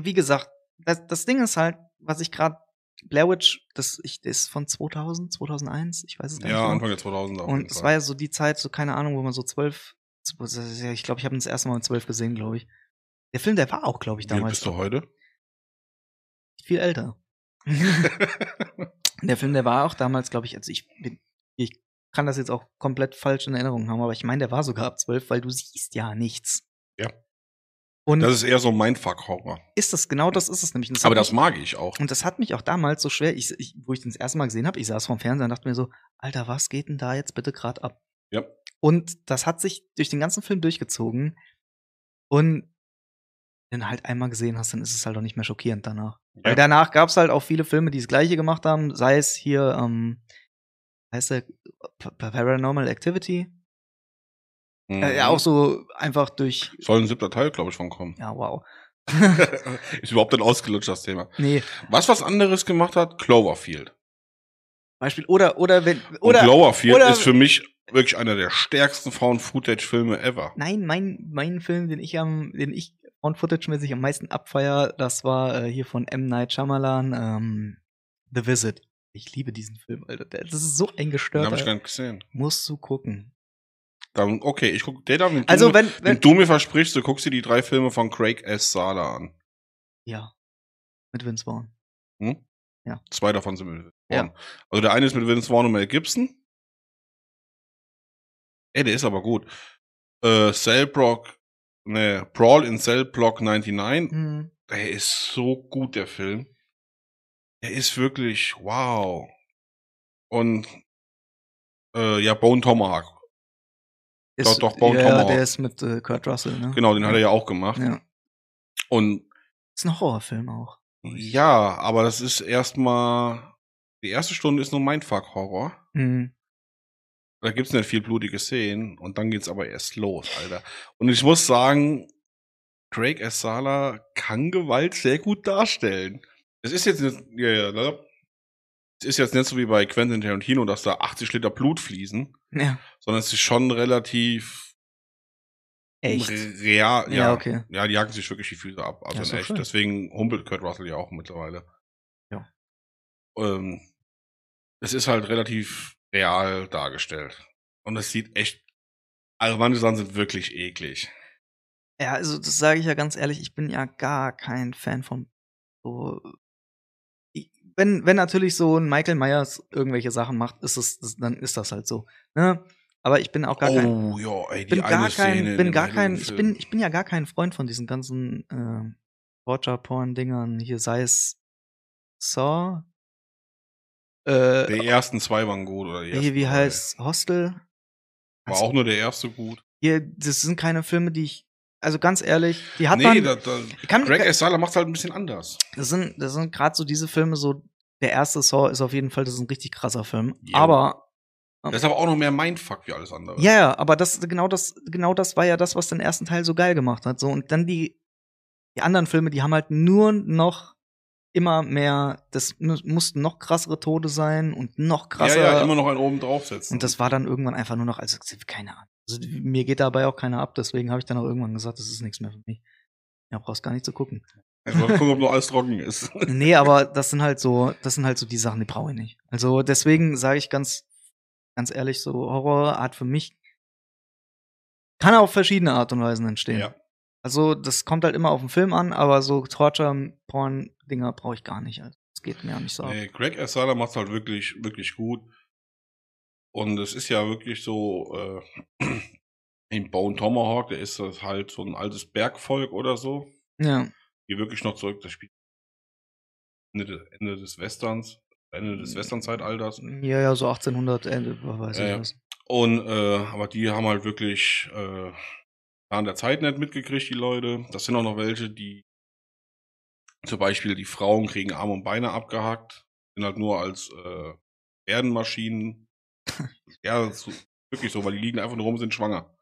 wie gesagt, das, das Ding ist halt, was ich gerade Blair Witch, das ich das ist von 2000, 2001, ich weiß es gar ja, nicht. Anfang der 2000er. auf genau. Und jeden es Fall. war ja so die Zeit, so keine Ahnung, wo man so zwölf, ich glaube, ich habe ihn das erste Mal mit zwölf gesehen, glaube ich. Der Film, der war auch, glaube ich, Wie alt damals bist du heute? viel älter. der Film, der war auch damals, glaube ich, also ich bin, ich kann das jetzt auch komplett falsch in Erinnerung haben, aber ich meine, der war sogar ab zwölf, weil du siehst ja nichts. Ja. Und Das ist, ist eher so mein Fuck-Horror. das genau das ist es nämlich. Und Aber hat das mag ich auch. Und das hat mich auch damals so schwer, ich, ich, wo ich den das erste Mal gesehen habe, ich saß vorm Fernseher und dachte mir so, Alter, was geht denn da jetzt bitte gerade ab? Ja. Und das hat sich durch den ganzen Film durchgezogen. Und wenn du halt einmal gesehen hast, dann ist es halt auch nicht mehr schockierend danach. Weil danach gab es halt auch viele Filme, die das gleiche gemacht haben, sei es hier, ähm, heißt der P- Paranormal Activity. Mhm. Äh, ja, auch so einfach durch. Soll ein siebter Teil, glaube ich, von kommen. Ja, wow. ist überhaupt ein ausgelutscht, das Thema. Nee, Was was anderes gemacht hat? Cloverfield. Beispiel. Oder, oder wenn. und Oder. Cloverfield oder- ist für mich wirklich einer der stärksten Found-Footage-Filme ever. Nein, mein, mein Film, den ich am, den ich Found Footage-mäßig am meisten abfeier, das war äh, hier von M. Night Shyamalan, ähm, The Visit. Ich liebe diesen Film, Alter. Der- Das ist so ein Den habe ich gar gestörter. nicht gesehen. Musst du gucken. Dann, okay, ich guck, der da, wenn, Also, du, wenn, wenn, wenn. du mir versprichst, du guckst dir die drei Filme von Craig S. Sala an. Ja. Mit Vince Vaughn. Hm? Ja. Zwei davon sind mit Vince Ja. Vaughn. Also der eine ist mit Vince Vaughn und Mel Gibson. Ey, der ist aber gut. Äh, Cellblock, ne, Brawl in Cellblock 99. Hm. Der ist so gut, der Film. Der ist wirklich wow. Und äh, ja, Bone Tomahawk. Ist, doch, Bone ja, Tomahawk. der ist mit äh, Kurt Russell, ne? Genau, den hat er ja auch gemacht. Ja. Und Ist ein Horrorfilm auch. Ja, aber das ist erstmal. Die erste Stunde ist nur Mindfuck-Horror. Hm. Da gibt's nicht viel blutige Szenen und dann geht's aber erst los, Alter. Und ich muss sagen, Craig S. Sala kann Gewalt sehr gut darstellen. Es ist jetzt nicht, ja, ja, ne? es ist jetzt nicht so wie bei Quentin Tarantino, dass da 80 Liter Blut fließen, Ja. sondern es ist schon relativ Echt. real. Ja, Ja, okay. ja, die jagen sich wirklich die Füße ab. Also Ja, ist in doch echt. schön. Deswegen humpelt Kurt Russell ja auch mittlerweile. Ja. Ähm, es ist halt relativ real dargestellt. Und es sieht echt. Also manche Sachen sind wirklich eklig. Ja, also das sage ich ja ganz ehrlich, ich bin ja gar kein Fan von so. Ich- Wenn, wenn natürlich so ein Michael Myers irgendwelche Sachen macht, ist es, das, dann ist das halt so. Ne? Aber ich bin auch gar kein. oh, ja, ey, Ich die bin eine gar Szene. kein, in bin dem gar Halloween kein, ich Film. bin, ich bin ja gar kein Freund von diesen ganzen äh, Torture-Porn-Dingern. Hier sei es Saw. Äh, Die ersten zwei waren gut, oder? Die hier, ersten wie drei. heißt Hostel? War auch nur der erste gut. Hier, das sind keine Filme, die ich. Also ganz ehrlich, die hat nee, man. da, da, ich kann, Greg S. Sala macht's halt ein bisschen anders. Das sind, das sind gerade so diese Filme, so der erste Saw ist auf jeden Fall, das ist ein richtig krasser Film. Jo. Aber Das ist aber auch noch mehr Mindfuck wie alles andere. ja, ja, aber das genau das, genau das war ja das, was den ersten Teil so geil gemacht hat. So und dann die, die anderen Filme, die haben halt nur noch immer mehr, das mu- mussten noch krassere Tode sein und noch ja, krasser. ja, immer noch einen oben draufsetzen. und das war dann irgendwann einfach nur noch, also keine Ahnung. Also, mir geht dabei auch keiner ab, deswegen habe ich dann auch irgendwann gesagt, das ist nichts mehr für mich. Ja, brauchst gar nicht zu gucken. Ich mal gucken, ob noch alles trocken ist. Nee, aber das sind halt so, das sind halt so die Sachen, die brauche ich nicht. Also deswegen sage ich ganz, ganz ehrlich, so Horror hat für mich kann auf verschiedene Art und Weisen entstehen. Ja. Also, das kommt halt immer auf den Film an, aber so Torture-Porn-Dinger brauche ich gar nicht. Also, das geht mir auch nicht so. ab. Nee, Greg Asala macht's halt wirklich, wirklich gut. Und es ist ja wirklich so, äh, in Bone Tomahawk, da ist das halt so ein altes Bergvolk oder so, Ja. die wirklich noch zurück, das spielt Ende, de- Ende des Westerns, Ende des Westernzeitalters. Ja, ja, so 1800, äh, weiß Ja, ja. ich was. Und, äh, aber die haben halt wirklich, äh, an der Zeit nicht mitgekriegt, die Leute. Das sind auch noch welche, die zum Beispiel die Frauen kriegen Arme und Beine abgehackt, sind halt nur als äh, Erdenmaschinen. ja, so, wirklich so, weil die liegen einfach nur rum, und sind schwanger.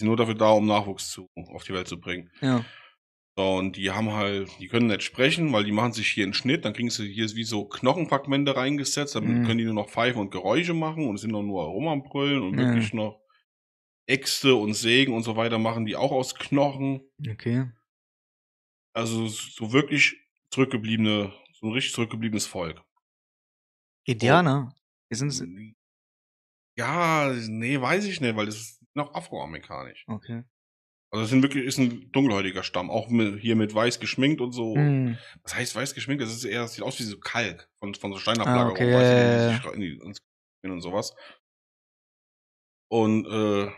Die sind nur dafür da, um Nachwuchs zu, auf die Welt zu bringen. Ja. So, und die haben halt, die können nicht sprechen, weil die machen sich hier einen Schnitt, dann kriegen sie hier wie so Knochenfragmente reingesetzt, damit Mhm. können die nur noch pfeifen und Geräusche machen und sind dann nur rum am Brüllen und Mhm. wirklich noch Äxte und Sägen und so weiter machen die auch aus Knochen. Okay. Also so wirklich zurückgebliebene, so ein richtig zurückgebliebenes Volk. Indianer. Oh. Wir sind Ja, nee, weiß ich nicht, weil das ist noch afroamerikanisch. Okay. Also es sind wirklich, ist ein dunkelhäutiger Stamm, auch mit, hier mit weiß geschminkt und so. Hm. Das heißt weiß geschminkt, das ist eher, das sieht aus wie so Kalk von, von so Steinablagerung, Ah, okay, weißt ja, du, die ja, sich in die- ins Gehirn und sowas. Und äh,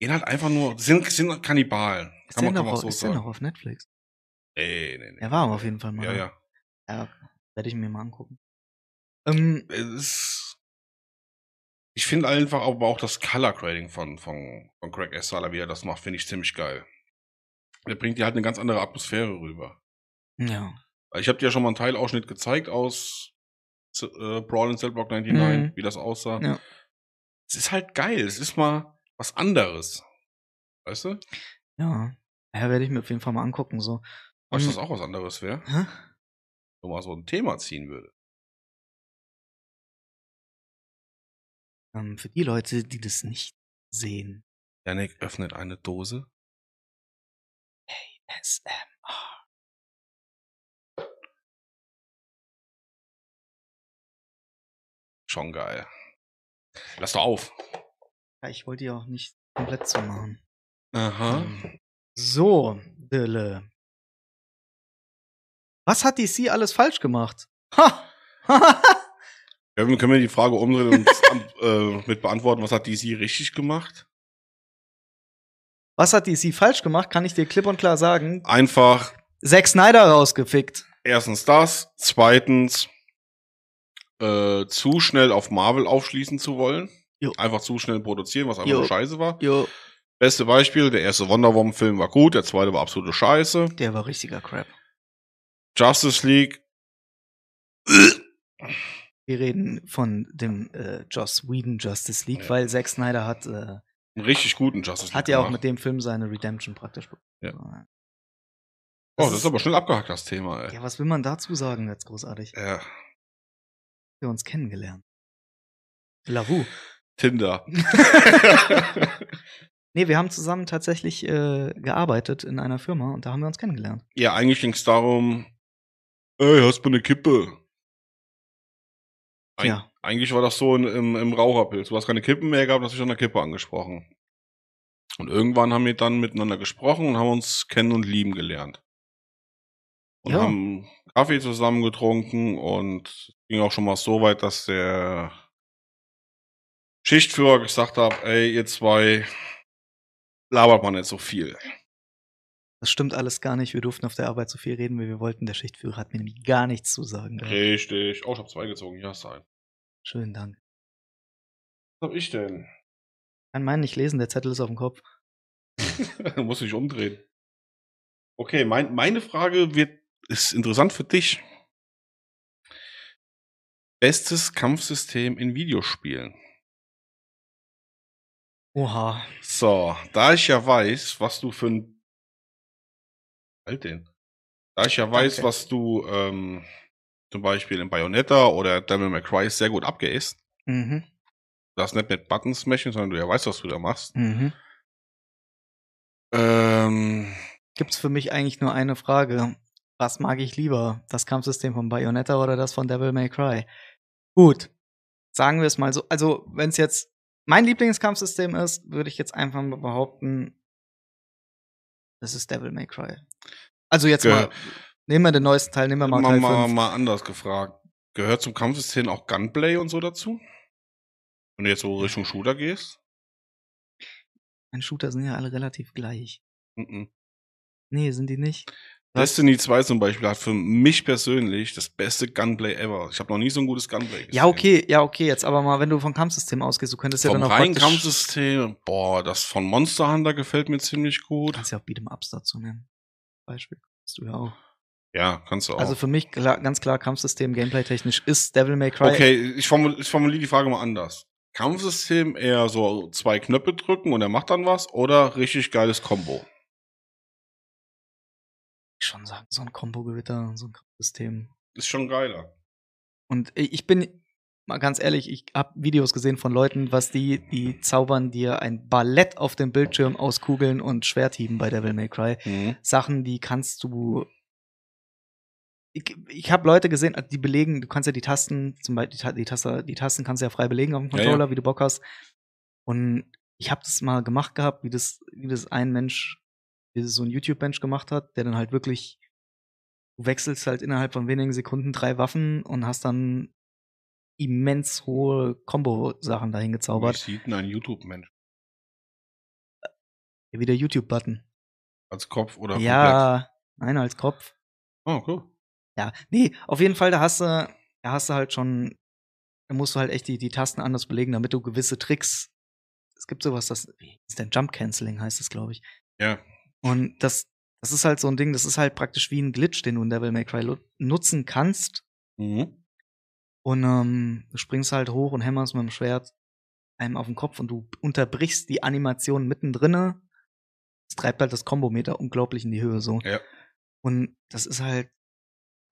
gehen halt einfach nur, sind, sind Kannibalen. Ist, der noch, auf- ist der noch auf Netflix? Nee, nee, nee. Er war aber auf jeden Fall mal. Ja, ja. ja Werde ich mir mal angucken. Ähm, Es ist, ich finde einfach aber auch das Color Grading von, von, von Craig Estrada, wie er das macht, finde ich ziemlich geil. Der bringt dir halt eine ganz andere Atmosphäre rüber. ja. Ich habe dir ja schon mal einen Teilausschnitt gezeigt aus Z- äh, Brawl in Cellblock 99, Mhm. wie das aussah. Ja. Es ist halt geil, es ist mal was anderes. Weißt du? Ja. Ja, werde ich mir auf jeden Fall mal angucken. So. Weißt du, Ähm, was auch was anderes wäre? Hä? Wenn man so ein Thema ziehen würde. Ähm, für die Leute, die das nicht sehen. Janik öffnet eine Dose. ASMR. Schon geil. Lass doch auf. Ja, ich wollte die auch nicht komplett zu machen. Aha. So, Dille. Was hat DC alles falsch gemacht? Ha! Können, wir- können wir die Frage umdrehen und an, äh, mit beantworten, was hat DC richtig gemacht? Was hat DC falsch gemacht, kann ich dir klipp und klar sagen. Einfach Zack Snyder rausgefickt. erstens das, zweitens äh, zu schnell auf Marvel aufschließen zu wollen. Jo. Einfach zu schnell produzieren, was einfach Jo. nur scheiße war. Jo. Beste Beispiel, der erste Wonder Woman-Film war gut, der zweite war absolute Scheiße. Der war richtiger Crap. Justice League, Wir reden von dem äh, Joss Whedon Justice League, Ja. weil Zack Snyder hat, äh, einen richtig guten Justice League. hat ja auch gemacht. mit dem Film seine Redemption praktisch bekommen. Ja. Oh, das ist aber schnell abgehackt, das Thema, ey. ja, was will man dazu sagen jetzt großartig? Ja. Wir haben uns kennengelernt. Lavu. Tinder. Nee, wir haben zusammen tatsächlich äh, gearbeitet in einer Firma und da haben wir uns kennengelernt. ja, eigentlich ging es darum, ey, hast du eine Kippe? Eig Ja. Eigentlich war das so in, im, im Raucherpilz. Du hast keine Kippen mehr gehabt, hast dich an der Kippe angesprochen. Und irgendwann haben wir dann miteinander gesprochen und haben uns kennen und lieben gelernt. Und Ja. haben Kaffee zusammen getrunken und es ging auch schon mal so weit, dass der Schichtführer gesagt hat, ey, ihr zwei labert man nicht so viel. Das stimmt alles gar nicht. Wir durften auf der Arbeit so viel reden, wie wir wollten. Der Schichtführer hat mir nämlich gar nichts zu sagen. gehabt. Richtig. Oh, ich hab zwei gezogen. Hier hast du einen. Schönen Dank. Was hab ich denn? Kann meinen nicht lesen, der Zettel ist auf dem Kopf. Muss ich umdrehen. Okay, mein, meine Frage wird, ist interessant für dich. Bestes Kampfsystem in Videospielen. Oha. So, da ich ja weiß, was du für ein. Halt den. Da ich ja weiß, Danke. was du ähm, zum Beispiel in Bayonetta oder Devil May Cry sehr gut abgehst, Mhm. du darfst nicht mit Buttons smashen, sondern du ja weißt, was du da machst. Mhm. Ähm, Gibt's für mich eigentlich nur eine Frage. Was mag ich lieber? Das Kampfsystem von Bayonetta oder das von Devil May Cry? Gut. Sagen wir es mal so. Also, wenn es jetzt mein Lieblingskampfsystem ist, würde ich jetzt einfach mal behaupten, Das ist Devil May Cry. Also jetzt Ge- mal, nehmen wir den neuesten Teil, nehmen wir mal, mal Teil mal, 5. mal anders gefragt. Gehört zum Kampfsystem auch Gunplay und so dazu? Wenn du jetzt so Richtung Shooter gehst? Ein Shooter sind ja alle relativ gleich. Mhm. Nee, sind die nicht. Destiny 2 zum Beispiel hat für mich persönlich das beste Gunplay ever. Ich habe noch nie so ein gutes Gunplay gesehen. Ja, okay, ja, okay, jetzt aber mal, wenn du vom Kampfsystem ausgehst, du könntest ja Vom dann auch reinen praktisch- Kampfsystem, boah, das von Monster Hunter gefällt mir ziemlich gut. kannst ja auch Beat'em Ups dazu nehmen. Beispiel. Kannst du ja auch. Ja, kannst du auch. Also für mich klar, ganz klar Kampfsystem, Gameplay-technisch ist Devil May Cry. okay, ich formuliere, ich formuliere die Frage mal anders. Kampfsystem eher so zwei Knöpfe drücken und er macht dann was oder richtig geiles Combo? Ich schon sagen, so ein Combo-Gewitter, so ein Kampfsystem. Ist schon geiler. Und i- ich bin mal ganz ehrlich, ich habe Videos gesehen von Leuten, was die, die zaubern dir ein Ballett auf dem Bildschirm aus Kugeln und Schwerthieben bei Devil May Cry. Mhm. Sachen, die kannst du. Ich, ich habe Leute gesehen, äh, die belegen, du kannst ja die Tasten, zum Beispiel die, Ta- die, Taste, die Tasten kannst du ja frei belegen auf dem Ja, ja. Controller, wie du Bock hast. Und ich habe das mal gemacht gehabt, wie das, wie das ein Mensch, wie das so ein YouTube-Mensch gemacht hat, der dann halt wirklich, du wechselst halt innerhalb von wenigen Sekunden drei Waffen und hast dann immens hohe Combo-Sachen dahin Wie gezaubert. sieht denn ein YouTube-Mensch? Wie der YouTube-Button. Als Kopf oder Ja, nein, als Kopf. komplett? Oh, cool. Ja, nee, auf jeden Fall, da hast du, da hast du halt schon, da musst du halt echt die, die Tasten anders belegen, damit du gewisse Tricks. Es gibt sowas, das wie ist denn Jump Canceling heißt es, glaube ich. Ja. Und das, das ist halt so ein Ding, das ist halt praktisch wie ein Glitch, den du in Devil May Cry lu- nutzen kannst. Mhm. Und ähm, du springst halt hoch und hämmerst mit dem Schwert einem auf den Kopf und du unterbrichst die Animation mittendrin. Das treibt halt das Kombometer unglaublich in die Höhe so. Ja. Und das ist halt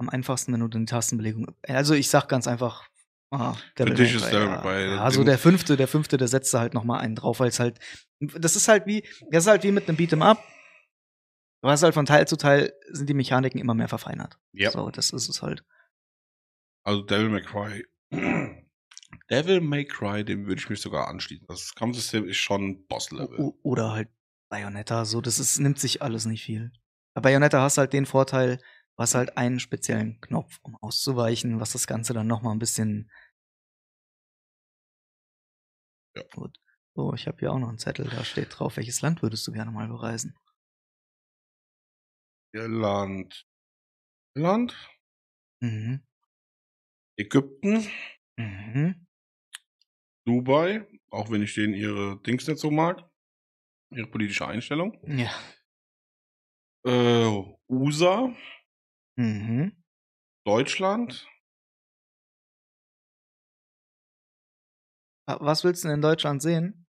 am einfachsten, wenn du dann die Tastenbelegung. Also ich sag ganz einfach, ah, Devil dich May ist Cry, Devil ja. May, ja, das also Ding- der fünfte, der fünfte, der setzte halt noch mal einen drauf, weil es halt, das ist halt wie, das ist halt wie mit einem Beat'em Up. Du hast halt von Teil zu Teil sind die Mechaniken immer mehr verfeinert. Ja. So, das ist es halt. Also Devil May Cry. Devil May Cry, dem würde ich mich sogar anschließen. Das Kampfsystem ist schon Boss-Level. O- Oder halt Bayonetta, so, das ist, nimmt sich alles nicht viel. Bei Bayonetta hast du halt den Vorteil, du hast halt einen speziellen Knopf, um auszuweichen, was das Ganze dann nochmal ein bisschen. Ja. Gut. So, ich habe hier auch noch einen Zettel, da steht drauf, welches Land würdest du gerne mal bereisen? Irland. Irland? Mhm. Ägypten? Mhm. Dubai, auch wenn ich denen ihre Dings nicht so mag, ihre politische Einstellung. Ja. Äh, USA, Mhm. Deutschland, Wa- Was willst du denn in Deutschland sehen?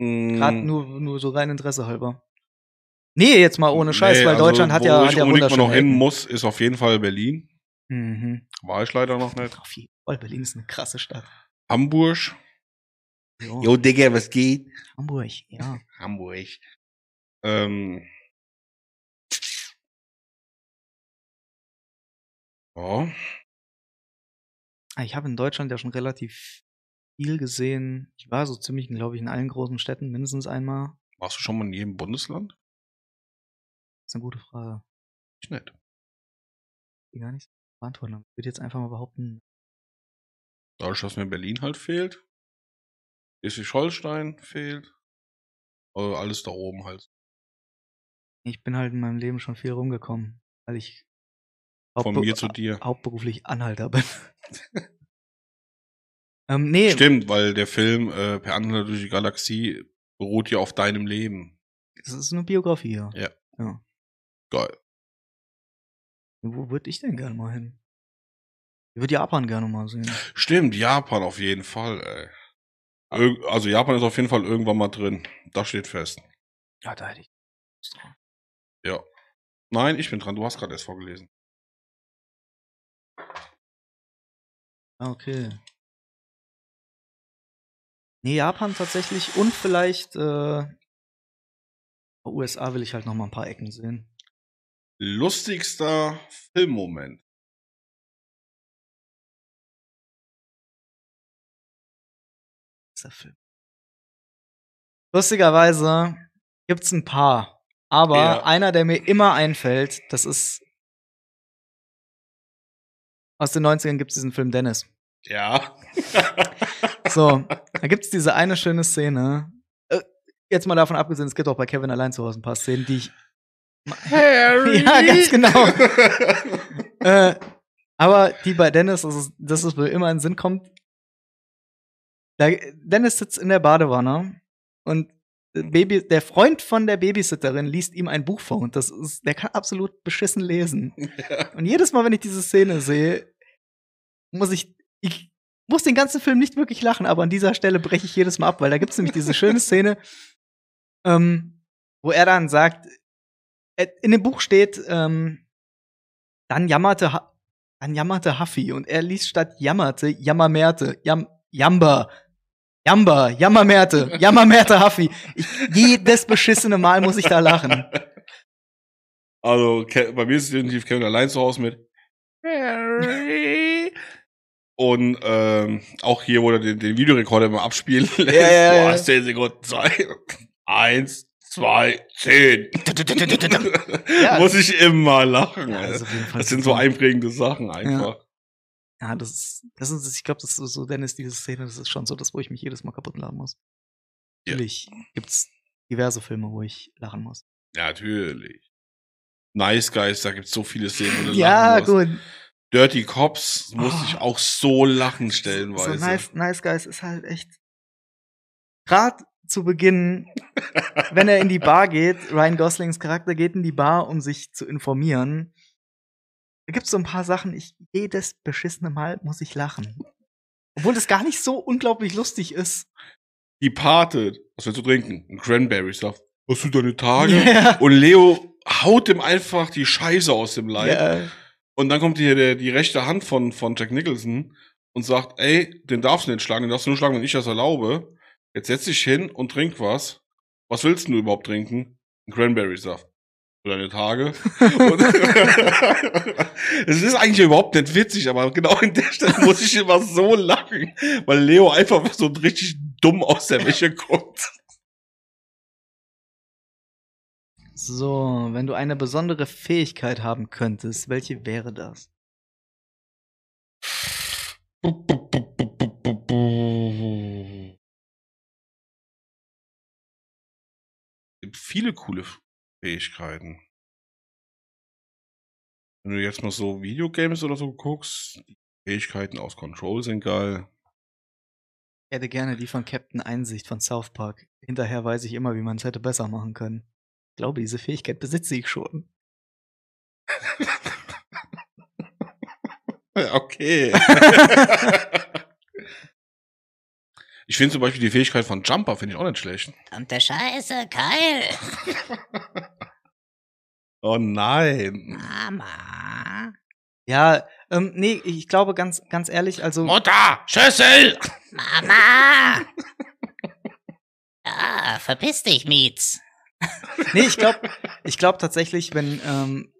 mh, Gerade nur, nur so rein Interesse halber. Nee, jetzt mal ohne Scheiß, nee, weil also, Deutschland hat wo ja, ich hat ja unbedingt mal noch hin wunderschöne muss, ist auf jeden Fall Berlin. Ecken. Mhm. War ich leider noch nicht. Auf jeden Fall, Oh, Berlin ist eine krasse Stadt. Hamburg. Jo, Digga, was geht? Hamburg, ja. Hamburg. Ähm. Ja. Ah, Ich habe in Deutschland ja schon relativ viel gesehen. Ich war so ziemlich, glaube ich, in allen großen Städten mindestens einmal. Warst du schon mal in jedem Bundesland? ist eine gute Frage. Ich nicht. Die gar nicht so beantworten. Ich würde jetzt einfach mal behaupten, Dadurch, dass mir Berlin halt fehlt. Schleswig-Holstein fehlt. Äh, alles da oben halt. ich bin halt in meinem Leben schon viel rumgekommen, weil ich Von hauptbe- mir zu dir. hauptberuflich Anhalter bin. ähm, nee, Stimmt, weil der Film äh, Per Anhalter durch die Galaxie beruht ja auf deinem Leben. das ist eine Biografie, ja. Ja. ja. Geil. Wo würde ich denn gerne mal hin? Ich würde Japan gerne mal sehen. Stimmt, Japan auf jeden Fall, ey. Irg also Japan ist auf jeden Fall irgendwann mal drin. Das steht fest. Ja, da hätte ich. Lust drauf. Nein, ich bin dran. Du hast gerade erst vorgelesen. Ah, Okay. Nee, Japan tatsächlich und vielleicht äh, USA will ich halt noch mal ein paar Ecken sehen. Lustigster Filmmoment. Dieser Film. Lustigerweise Gibt's ein paar. Aber Ja. einer, der mir immer einfällt, das ist. Aus den 90ern gibt's diesen Film Dennis. Ja. So, da gibt's diese eine schöne Szene. Äh, Jetzt mal davon abgesehen, es gibt auch bei Kevin allein zu Hause ein paar Szenen, die ich Harry. Ja, ganz genau. äh, aber die bei Dennis, das ist, das ist mir immer in den Sinn kommt. Da, Dennis sitzt in der Badewanne und der Baby, der Freund von der Babysitterin liest ihm ein Buch vor und das ist, der kann absolut beschissen lesen. Und jedes Mal, wenn ich diese Szene sehe, muss ich, ich muss den ganzen Film nicht wirklich lachen, aber an dieser Stelle breche ich jedes Mal ab, weil da gibt es nämlich diese schöne Szene, ähm, wo er dann sagt, äh, in dem Buch steht, ähm, dann jammerte, Ha- dann jammerte Huffy und er liest statt jammerte, jammermerte, jam, jamba, jamba, jammermerte, jammermerte Huffy. Ich, jedes beschissene Mal muss ich da lachen. Also Ke- bei mir ist es definitiv Kevin allein zu Hause mit Harry. Und ähm, auch hier, wo er den, den Videorekorder immer abspielen lässt. ja, ja, Du ja. hast 10 Sekunden Zeit. Eins, zwei, zehn. Ja. Muss ich immer lachen. Ja, Alter. ist auf jeden Fall das sind so super. einprägende Sachen einfach. Ja, das ist, das ist ich glaube, das ist so, Dennis, diese Szene, das ist schon so, das, wo ich mich jedes Mal kaputt lachen muss. Ja. Natürlich gibt's diverse Filme, wo ich lachen muss. Ja, natürlich. Nice Guys, da gibt's so viele Szenen, wo du ja, lachen musst. gut. Dirty Cops musste Oh. ich auch so lachen stellenweise. So nice, nice Guys ist halt echt. Gerade zu Beginn, wenn er in die Bar geht, Ryan Goslings Charakter geht in die Bar, um sich zu informieren. Da gibt's so ein paar Sachen, ich jedes beschissene Mal muss ich lachen. Obwohl das gar nicht so unglaublich lustig ist. Die Pate, was willst du trinken? Ein Cranberry Saft. Hast du deine Tage? Ja. Und Leo haut ihm einfach die Scheiße aus dem Leib. Ja. Und dann kommt hier der, die rechte Hand von, von Jack Nicholson und sagt, ey, den darfst du nicht schlagen, den darfst du nur schlagen, wenn ich das erlaube. Jetzt setz dich hin und trink was. Was willst denn du überhaupt trinken? Ein Cranberry-Saft. Oder deine Tage. Und- Es ist eigentlich überhaupt nicht witzig, aber genau in der Stelle muss ich immer so lachen, weil Leo einfach so richtig dumm aus der Wäsche kommt. So, wenn du eine besondere Fähigkeit haben könntest, welche wäre das? gibt viele coole Fähigkeiten. Wenn du jetzt mal so Videogames oder so guckst, die Fähigkeiten aus Control sind geil. Ich hätte gerne die von Captain Einsicht von South Park. Hinterher weiß ich immer, wie man es hätte besser machen können. Ich glaube, diese Fähigkeit besitze ich schon. Okay. ich finde zum Beispiel die Fähigkeit von Jumper finde ich auch nicht schlecht. Verdammte Scheiße, Keil! Oh nein. Mama! Ja, ähm, nee, ich glaube ganz, ganz ehrlich, also Mutter, Schüssel! Mama! Ah, verpiss dich, Mietz! nee, ich glaube, ich glaube tatsächlich, wenn ähm,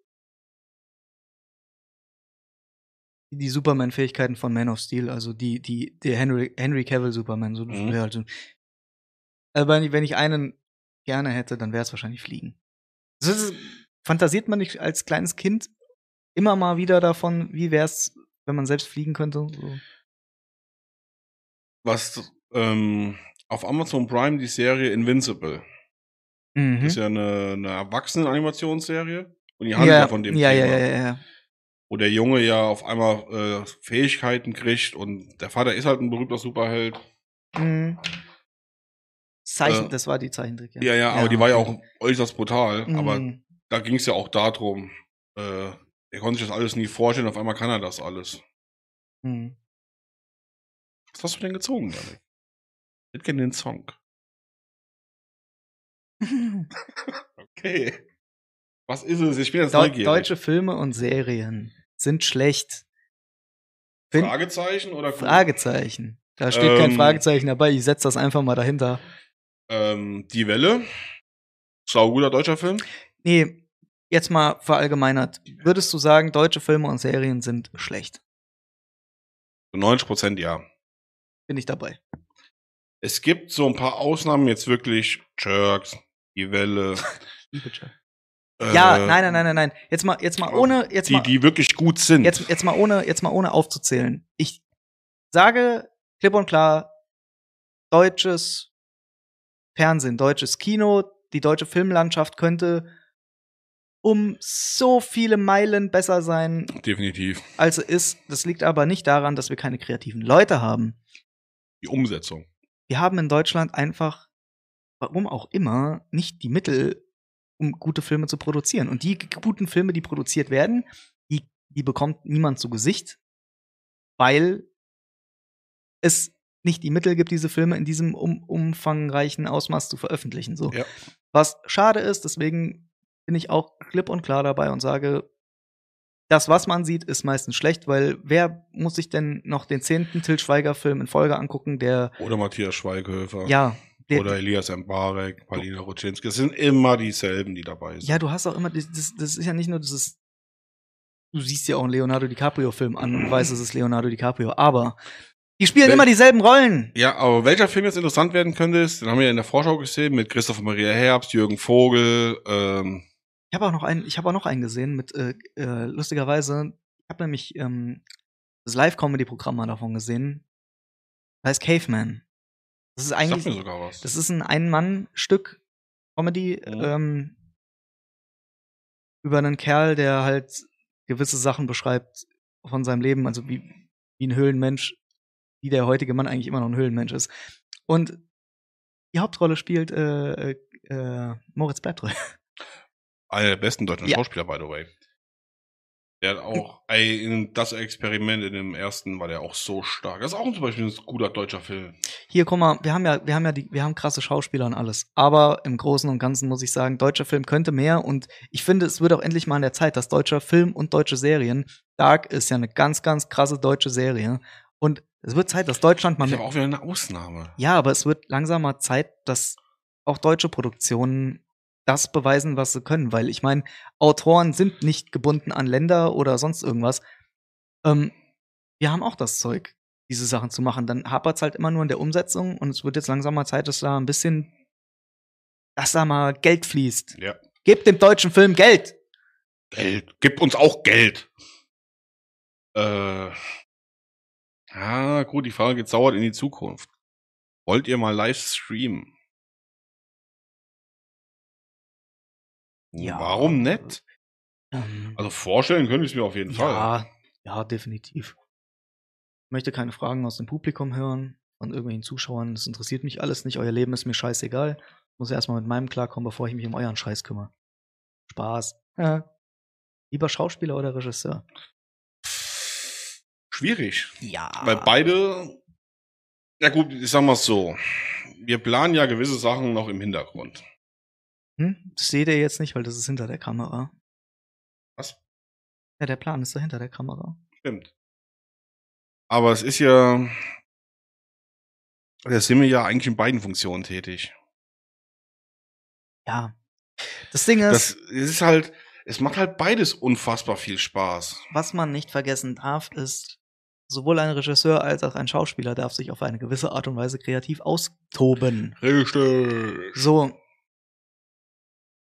die Superman-Fähigkeiten von Man of Steel, also die, die, der Henry, Henry Cavill Superman, so, Mhm. ja, also, also wenn, ich- wenn ich einen gerne hätte, dann wäre es wahrscheinlich Fliegen. Das ist, fantasiert man nicht als kleines Kind immer mal wieder davon, wie wäre es, wenn man selbst fliegen könnte? So. Was ähm, auf Amazon Prime die Serie Invincible. Mhm. Das ist ja eine, eine Erwachsenen-Animationsserie. Und die ja, handelt ja, ja, von dem ja, ja, Thema. ja, ja. Wo der Junge ja auf einmal äh, Fähigkeiten kriegt und der Vater ist halt ein berühmter Superheld. Mhm. Zeichen, Äh, das war die Zeichentrick, Ja, ja, aber die war ja okay. auch äußerst brutal. Aber Mhm. da ging es ja auch darum. Äh, er konnte sich das alles nie vorstellen, auf einmal kann er das alles. Mhm. Was hast du denn gezogen, Janik? Ich kenne den Song. Okay. Was ist es? Ich bin jetzt Deu neugierig. deutsche Filme und Serien sind schlecht. Fin Fragezeichen oder Fragezeichen. Da steht kein Ähm. Fragezeichen dabei. Ich setze das einfach mal dahinter. Ähm, Die Welle. Sauguter deutscher Film. Nee, jetzt mal verallgemeinert. Würdest du sagen, deutsche Filme und Serien sind schlecht? Zu 90 Prozent ja. Bin ich dabei. Es gibt so ein paar Ausnahmen, jetzt wirklich Jerks, Die Witcher. Ja, äh, nein, nein, nein, nein, nein. Jetzt mal, jetzt mal Oh, ohne, jetzt Die, mal, die wirklich gut sind. jetzt, jetzt mal ohne, jetzt mal ohne aufzuzählen. Ich sage klipp und klar, deutsches Fernsehen, deutsches Kino, die deutsche Filmlandschaft könnte um so viele Meilen besser sein, Definitiv. als sie ist. Das liegt aber nicht daran, dass wir keine kreativen Leute haben. Die Umsetzung. Wir haben in Deutschland einfach, warum auch immer, nicht die Mittel, um gute Filme zu produzieren. Und die g- guten Filme, die produziert werden, die, die bekommt niemand zu Gesicht, weil es nicht die Mittel gibt, diese Filme in diesem um, umfangreichen Ausmaß zu veröffentlichen. So. Ja. Was schade ist, deswegen bin ich auch klipp und klar dabei und sage, das, was man sieht, ist meistens schlecht, weil wer muss sich denn noch den zehnten Til Schweiger-Film in Folge angucken, der Oder Matthias Schweighöfer. ja, der, Oder Elias Mbarek, Paulina Rutschinski. Es sind immer dieselben, die dabei sind. ja, du hast auch immer, das, das das ist ja nicht nur dieses, du siehst ja auch einen Leonardo DiCaprio-Film an und weißt, es ist Leonardo DiCaprio, aber die spielen Wel- immer dieselben Rollen. Ja, aber welcher Film jetzt interessant werden könnte, ist, den haben wir ja in der Vorschau gesehen, mit Christoph Maria Herbst, Jürgen Vogel, ähm, Ich habe auch noch einen, ich habe auch noch einen gesehen mit, äh, äh, lustigerweise, ich habe nämlich ähm, das Live-Comedy-Programm mal davon gesehen. Das heißt Caveman. Das ist sag mir eigentlich, sogar was. das ist ein Ein-Mann-Stück Comedy Mhm. ähm, über einen Kerl, der halt gewisse Sachen beschreibt von seinem Leben, also wie, wie ein Höhlenmensch, wie der heutige Mann eigentlich immer noch ein Höhlenmensch ist. Und die Hauptrolle spielt äh, äh, äh, Moritz Bleibtreu. Einer der besten deutschen Ja. Hm. Schauspieler, by the way. Der hat auch, ey, in das Experiment in dem ersten war der auch so stark. Das ist auch zum Beispiel ein guter deutscher Film. Hier, guck mal, wir haben ja, wir haben ja die, wir haben krasse Schauspieler und alles. Aber im Großen und Ganzen muss ich sagen, deutscher Film könnte mehr und ich finde, es wird auch endlich mal an der Zeit, dass deutscher Film und deutsche Serien, Dark ist ja eine ganz, ganz krasse deutsche Serie. Und es wird Zeit, dass Deutschland mal Ist mit, aber auch wieder eine Ausnahme. Ja, aber es wird langsam mal Zeit, dass auch deutsche Produktionen das beweisen, was sie können, weil ich meine, Autoren sind nicht gebunden an Länder oder sonst irgendwas. Ähm, wir haben auch das Zeug, diese Sachen zu machen. Dann hapert es halt immer nur in der Umsetzung und es wird jetzt langsam mal Zeit, dass da ein bisschen, dass da mal Geld fließt. Ja. Gebt dem deutschen Film Geld! Geld. Gib uns auch Geld. Äh. Ja, gut, die Frage geht sauer in die Zukunft. Wollt ihr mal live streamen? Ja. Warum nicht? Ähm, Also vorstellen könnte ich es mir auf jeden Fall. ja, ja, definitiv. Ich möchte keine Fragen aus dem Publikum hören, von irgendwelchen Zuschauern. Das interessiert mich alles nicht. Euer Leben ist mir scheißegal. Ich muss ja erstmal mit meinem klarkommen, bevor ich mich um euren Scheiß kümmere. Spaß. Ja. Lieber Schauspieler oder Regisseur? Schwierig. Ja. Weil beide, ja gut, ich sag mal so, wir planen ja gewisse Sachen noch im Hintergrund. Hm? Das seht ihr jetzt nicht, weil das ist hinter der Kamera. Was? Ja, der Plan ist da hinter der Kamera. Stimmt. Aber es ist ja, da sind wir ja eigentlich in beiden Funktionen tätig. Ja. Das Ding ist, Das, es ist halt, es macht halt beides unfassbar viel Spaß. was man nicht vergessen darf, ist, sowohl ein Regisseur als auch ein Schauspieler darf sich auf eine gewisse Art und Weise kreativ austoben. Richtig. So.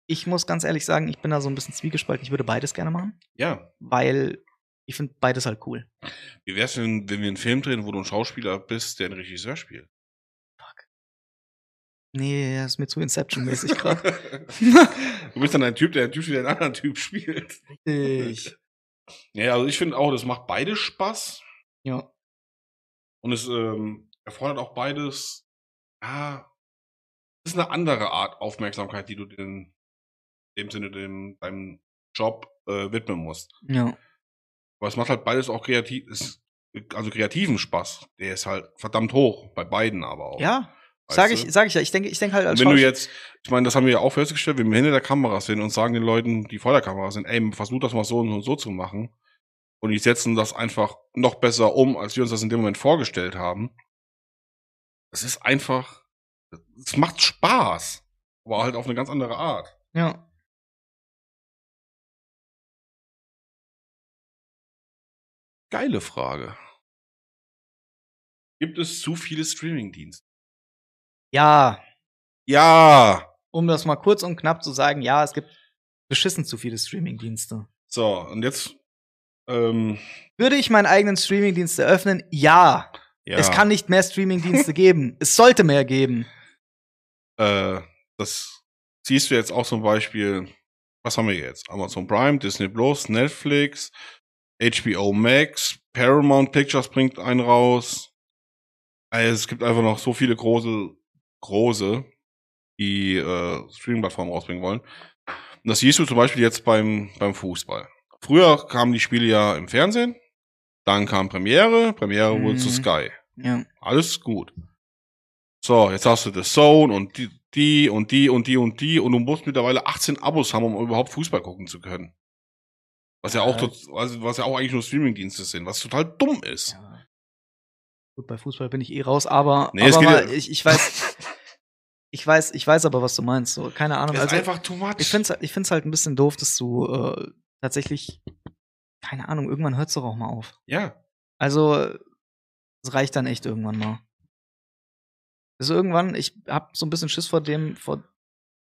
Ich muss ganz ehrlich sagen, ich bin da so ein bisschen zwiegespalten. Ich würde beides gerne machen, Ja. weil ich finde beides halt cool. Wie wär's denn, wenn wir einen Film drehen, wo du ein Schauspieler bist, der einen Regisseur spielt? Nee, das ist mir zu Inception-mäßig gerade. du bist dann ein Typ, der ein Typ spielt, der einen anderen Typ spielt. Ich. Ja, also ich finde auch, das macht beides Spaß. Ja. Und es ähm, erfordert auch beides. Ja, es ist eine andere Art Aufmerksamkeit, die du den, in dem Sinne dem, deinem Job äh, widmen musst. Ja. Aber es macht halt beides auch kreativ, ist, also kreativen Spaß. Der ist halt verdammt hoch, bei beiden aber auch. Ja, weißt sag du? ich, sag ich ja. Ich denke, ich denke halt als Und wenn du Schauspieler- jetzt, ich meine, das haben wir ja auch festgestellt, wenn wir hinter der Kamera sind und sagen den Leuten, die vor der Kamera sind, ey, versuch das mal so und so zu machen. Und die setzen das einfach noch besser um, als wir uns das in dem Moment vorgestellt haben. Es ist einfach, es macht Spaß. Aber halt auf eine ganz andere Art. Ja. Geile Frage. Gibt es zu viele Streamingdienste? Ja. Ja! um das mal kurz und knapp zu sagen, ja, es gibt beschissen zu viele Streamingdienste. So, und jetzt. Ähm, Würde ich meinen eigenen Streamingdienst eröffnen? Ja. ja, Es kann nicht mehr Streamingdienste geben. Es sollte mehr geben. äh, das siehst du jetzt auch zum Beispiel. Was haben wir jetzt? Amazon Prime, Disney Plus, Netflix, HBO Max, Paramount Pictures bringt einen raus. Also es gibt einfach noch so viele große, große, die äh, Streaming-Plattformen rausbringen wollen. Und das siehst du zum Beispiel jetzt beim, beim Fußball. Früher kamen die Spiele ja im Fernsehen, dann kam Premiere, Premiere wurde zu Mhm. Sky. Ja. Alles gut. So, jetzt hast du The Zone und die, die und die und die und die und du musst mittlerweile 18 Abos haben, um überhaupt Fußball gucken zu können. Was ja auch, Ja. tot- also was ja auch eigentlich nur Streamingdienste sind, was total dumm ist. ja. Gut, bei Fußball bin ich eh raus, aber, Nee, aber es geht mal, ja- ich, ich weiß. Ich weiß, ich weiß aber, was du meinst. So, keine Ahnung. Das ist Also, einfach too much. ich finde es ich find's halt ein bisschen doof, dass du äh, tatsächlich, keine Ahnung, irgendwann hört es doch auch mal auf. ja. Also, es reicht dann echt irgendwann mal. Also irgendwann, ich habe so ein bisschen Schiss vor dem, vor,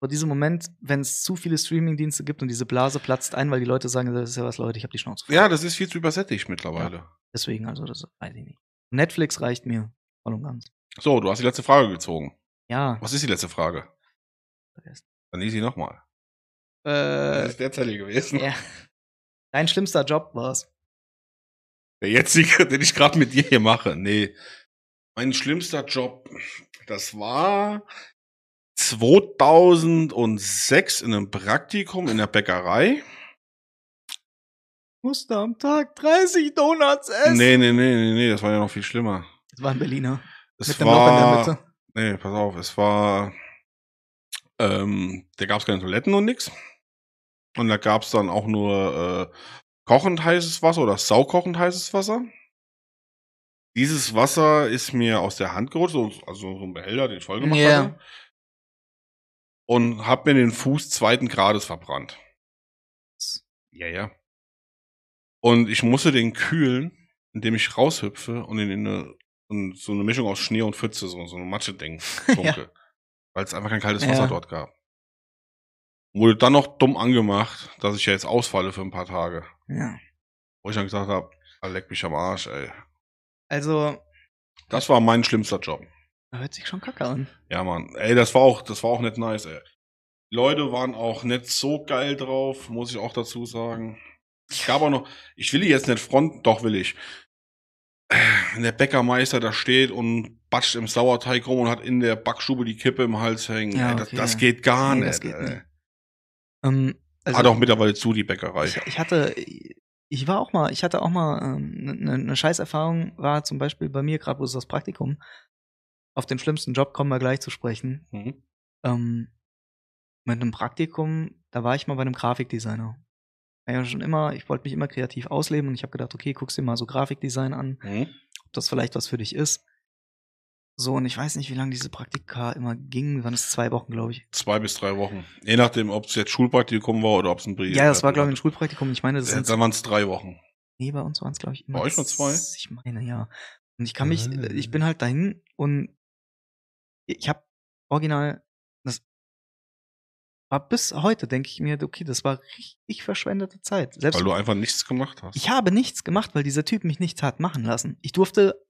vor diesem Moment, wenn es zu viele Streamingdienste gibt und diese Blase platzt ein, weil die Leute sagen, das ist ja was, Leute, ich habe die Schnauze. voll. ja, das ist viel zu übersättigt mittlerweile. Deswegen, also, das weiß ich nicht. Netflix reicht mir voll und ganz. So, du hast die letzte Frage gezogen. Ja. Was ist die letzte Frage? Vergessen. Dann lies sie nochmal. Äh, ist der Zettel gewesen. ja. Dein schlimmster Job war's. Der jetzige, den ich gerade mit dir hier mache. Nee. Mein schlimmster Job, das war 2006 in einem Praktikum in der Bäckerei. Musste am Tag 30 Donuts essen. Nee, nee, nee, nee, nee, das war ja noch viel schlimmer. Das war ein Berliner. Es mit dem Loch in der war, Mitte. Nee, pass auf, es war. Ähm, da gab es keine Toiletten und nix. Und da gab es dann auch nur äh, kochend heißes Wasser oder saukochend heißes Wasser. Dieses Wasser ist mir aus der Hand gerutscht, so- also so ein Behälter, den ich voll gemacht Ja. hatte. Und hab mir den Fuß zweiten Grades verbrannt. Ja, ja. Und ich musste den kühlen, indem ich raushüpfe und in, in, eine, und so eine Mischung aus Schnee und Pfütze, so, so eine Matscheding tunke. Weil es einfach kein kaltes Wasser Ja. dort gab. Wurde dann noch dumm angemacht, dass ich ja jetzt ausfalle für ein paar Tage. Ja. Wo ich dann gesagt habe, leck mich am Arsch, ey. Also, Das war mein schlimmster Job. hört sich schon kacke an. Ja, Mann. Ey, das war auch, das war auch nicht nice, ey. Die Leute waren auch nicht so geil drauf, muss ich auch dazu sagen. Es gab auch noch, ich will die jetzt nicht fronten, doch will ich. Wenn der Bäckermeister da steht und batscht im Sauerteig rum und hat in der Backstube die Kippe im Hals hängen. Ja, ey, das, okay. das geht gar Nee, nicht. das geht ey. nicht. Ähm, also, hat auch mittlerweile zu, die Bäckerei. Ich, ich hatte, ich war auch mal, ich hatte auch mal eine ähm, ne, ne Scheißerfahrung, war zum Beispiel bei mir, gerade wo es das Praktikum, auf den schlimmsten Job kommen wir gleich zu sprechen. Mhm. Ähm, mit einem Praktikum, da war ich mal bei einem Grafikdesigner. War Ja, schon immer, ich wollte mich immer kreativ ausleben und ich habe gedacht, okay, guckst dir mal so Grafikdesign an, Mhm. ob das vielleicht was für dich ist. So, und ich weiß nicht, wie lange diese Praktika immer gingen, waren es zwei Wochen, glaube ich. Zwei bis drei Wochen. Je nachdem, ob es jetzt Schulpraktikum war oder ob es ein Brief Ja, das war, glaube ich, ein Schulpraktikum. Ich meine, das Äh, sind Dann waren es drei Wochen. Nee, bei uns waren es, glaube ich, immer. Bei euch nur zwei? z- Ich meine, ja. Und ich kann mich, Ah. ich bin halt dahin und ich habe original, das war bis heute, denke ich mir, okay, das war richtig verschwendete Zeit. Selbst Weil du einfach nichts gemacht hast. ich habe nichts gemacht, weil dieser Typ mich nichts hat machen lassen. Ich durfte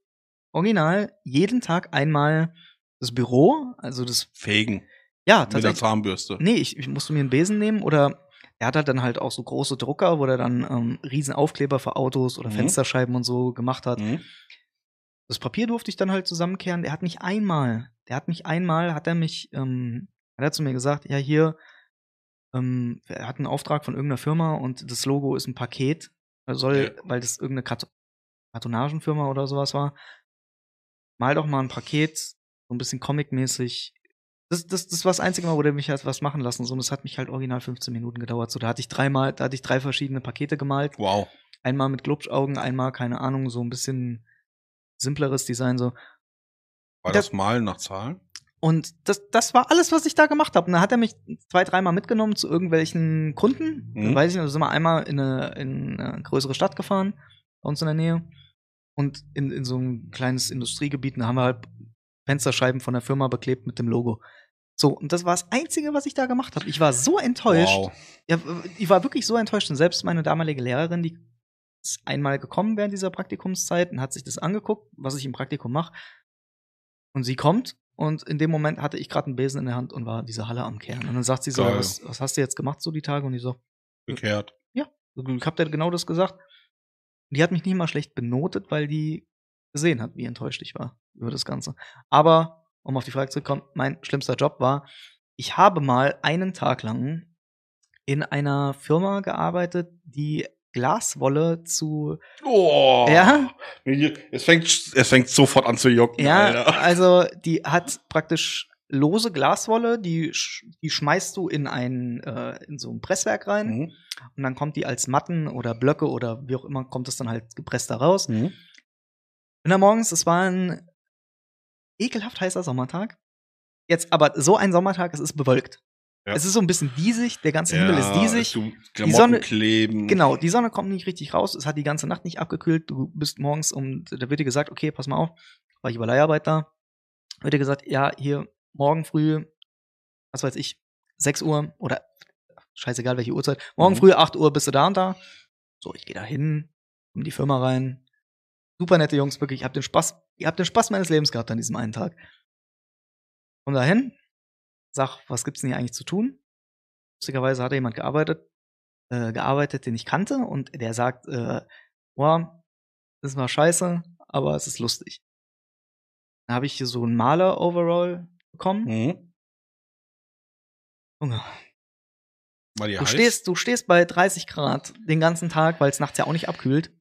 original jeden Tag einmal das Büro, also das, Fegen. ja, Mit der tatsächlich. Zahnbürste. Nee, ich, ich musste mir einen Besen nehmen oder er hat halt dann halt auch so große Drucker, wo er dann ähm, riesen Aufkleber für Autos oder Mhm. Fensterscheiben und so gemacht hat. Mhm. Das Papier durfte ich dann halt zusammenkehren. Der hat mich einmal, der hat mich einmal, hat er mich, ähm, hat er zu mir gesagt, ja hier, ähm, er hat einen Auftrag von irgendeiner Firma und das Logo ist ein Paket, Er soll, weil das irgendeine Kart Kartonagenfirma oder sowas war, mal doch mal ein Paket, so ein bisschen Comic-mäßig. Das, das, das war das einzige Mal, wo der mich hat was machen lassen. So, und das hat mich halt original 15 Minuten gedauert. So, da hatte ich dreimal, da hatte ich drei verschiedene Pakete gemalt. Wow. Einmal mit Glubschaugen, einmal, keine Ahnung, so ein bisschen simpleres Design so. War Das- das Malen nach Zahlen? Und das, das war alles, was ich da gemacht habe. Und da hat er mich zwei, dreimal mitgenommen zu irgendwelchen Kunden. Mhm. Weiß ich nicht, da sind wir einmal in eine, in eine größere Stadt gefahren, bei uns in der Nähe. Und in, in so ein kleines Industriegebiet, und da haben wir halt Fensterscheiben von der Firma beklebt mit dem Logo. So, und das war das Einzige, was ich da gemacht habe. Ich war so enttäuscht. Ja, ich war wirklich so enttäuscht. Und selbst meine damalige Lehrerin, die ist einmal gekommen während dieser Praktikumszeit und hat sich das angeguckt, was ich im Praktikum mache. Und sie kommt und in dem Moment hatte ich gerade einen Besen in der Hand und war diese Halle am Kern. Und dann sagt sie so, Geil. was, was hast du jetzt gemacht so die Tage? Und ich so, Gekehrt. ich hab dir genau das gesagt. Und die hat mich nicht mal schlecht benotet, weil die gesehen hat, wie enttäuscht ich war über das Ganze. Aber, um auf die Frage zurückzukommen, mein schlimmster Job war, ich habe mal einen Tag lang in einer Firma gearbeitet, die Glaswolle zu. Oh. Ja? Es fängt, es fängt sofort an zu jucken. Ja, Alter. also die hat praktisch lose Glaswolle, die, sch die schmeißt du in, ein, äh, in so ein Presswerk rein Mhm. und dann kommt die als Matten oder Blöcke oder wie auch immer, kommt es dann halt gepresst da raus. Mhm. Bin da morgens, es war ein ekelhaft heißer Sommertag. Jetzt aber so ein Sommertag, es ist bewölkt. Ja. Es ist so ein bisschen diesig, der ganze Himmel ist diesig. Du, Klamotten Sonne- kleben. Genau, die Sonne kommt nicht richtig raus, es hat die ganze Nacht nicht abgekühlt. Du bist morgens um, da wird dir gesagt, okay, pass mal auf, war ich über Leiharbeit da. Wird dir gesagt, ja, hier morgen früh, was weiß ich, 6 Uhr oder scheißegal welche Uhrzeit, morgen Mhm. früh 8 Uhr bist du da und da. So, ich gehe da hin, um die Firma rein. Super nette Jungs, wirklich, ich hab den Spaß, ihr habt den Spaß meines Lebens gehabt an diesem einen Tag. Komm da hin, sag, was gibt's denn hier eigentlich zu tun? Lustigerweise hat da jemand gearbeitet, äh, gearbeitet, den ich kannte, und der sagt, äh, boah, das ist mal scheiße, aber es ist lustig. Dann habe ich hier so einen Maler-Overall bekommen. Mhm. Junge, War die Du heiß? stehst, du stehst bei 30 Grad den ganzen Tag, weil es nachts ja auch nicht abkühlt.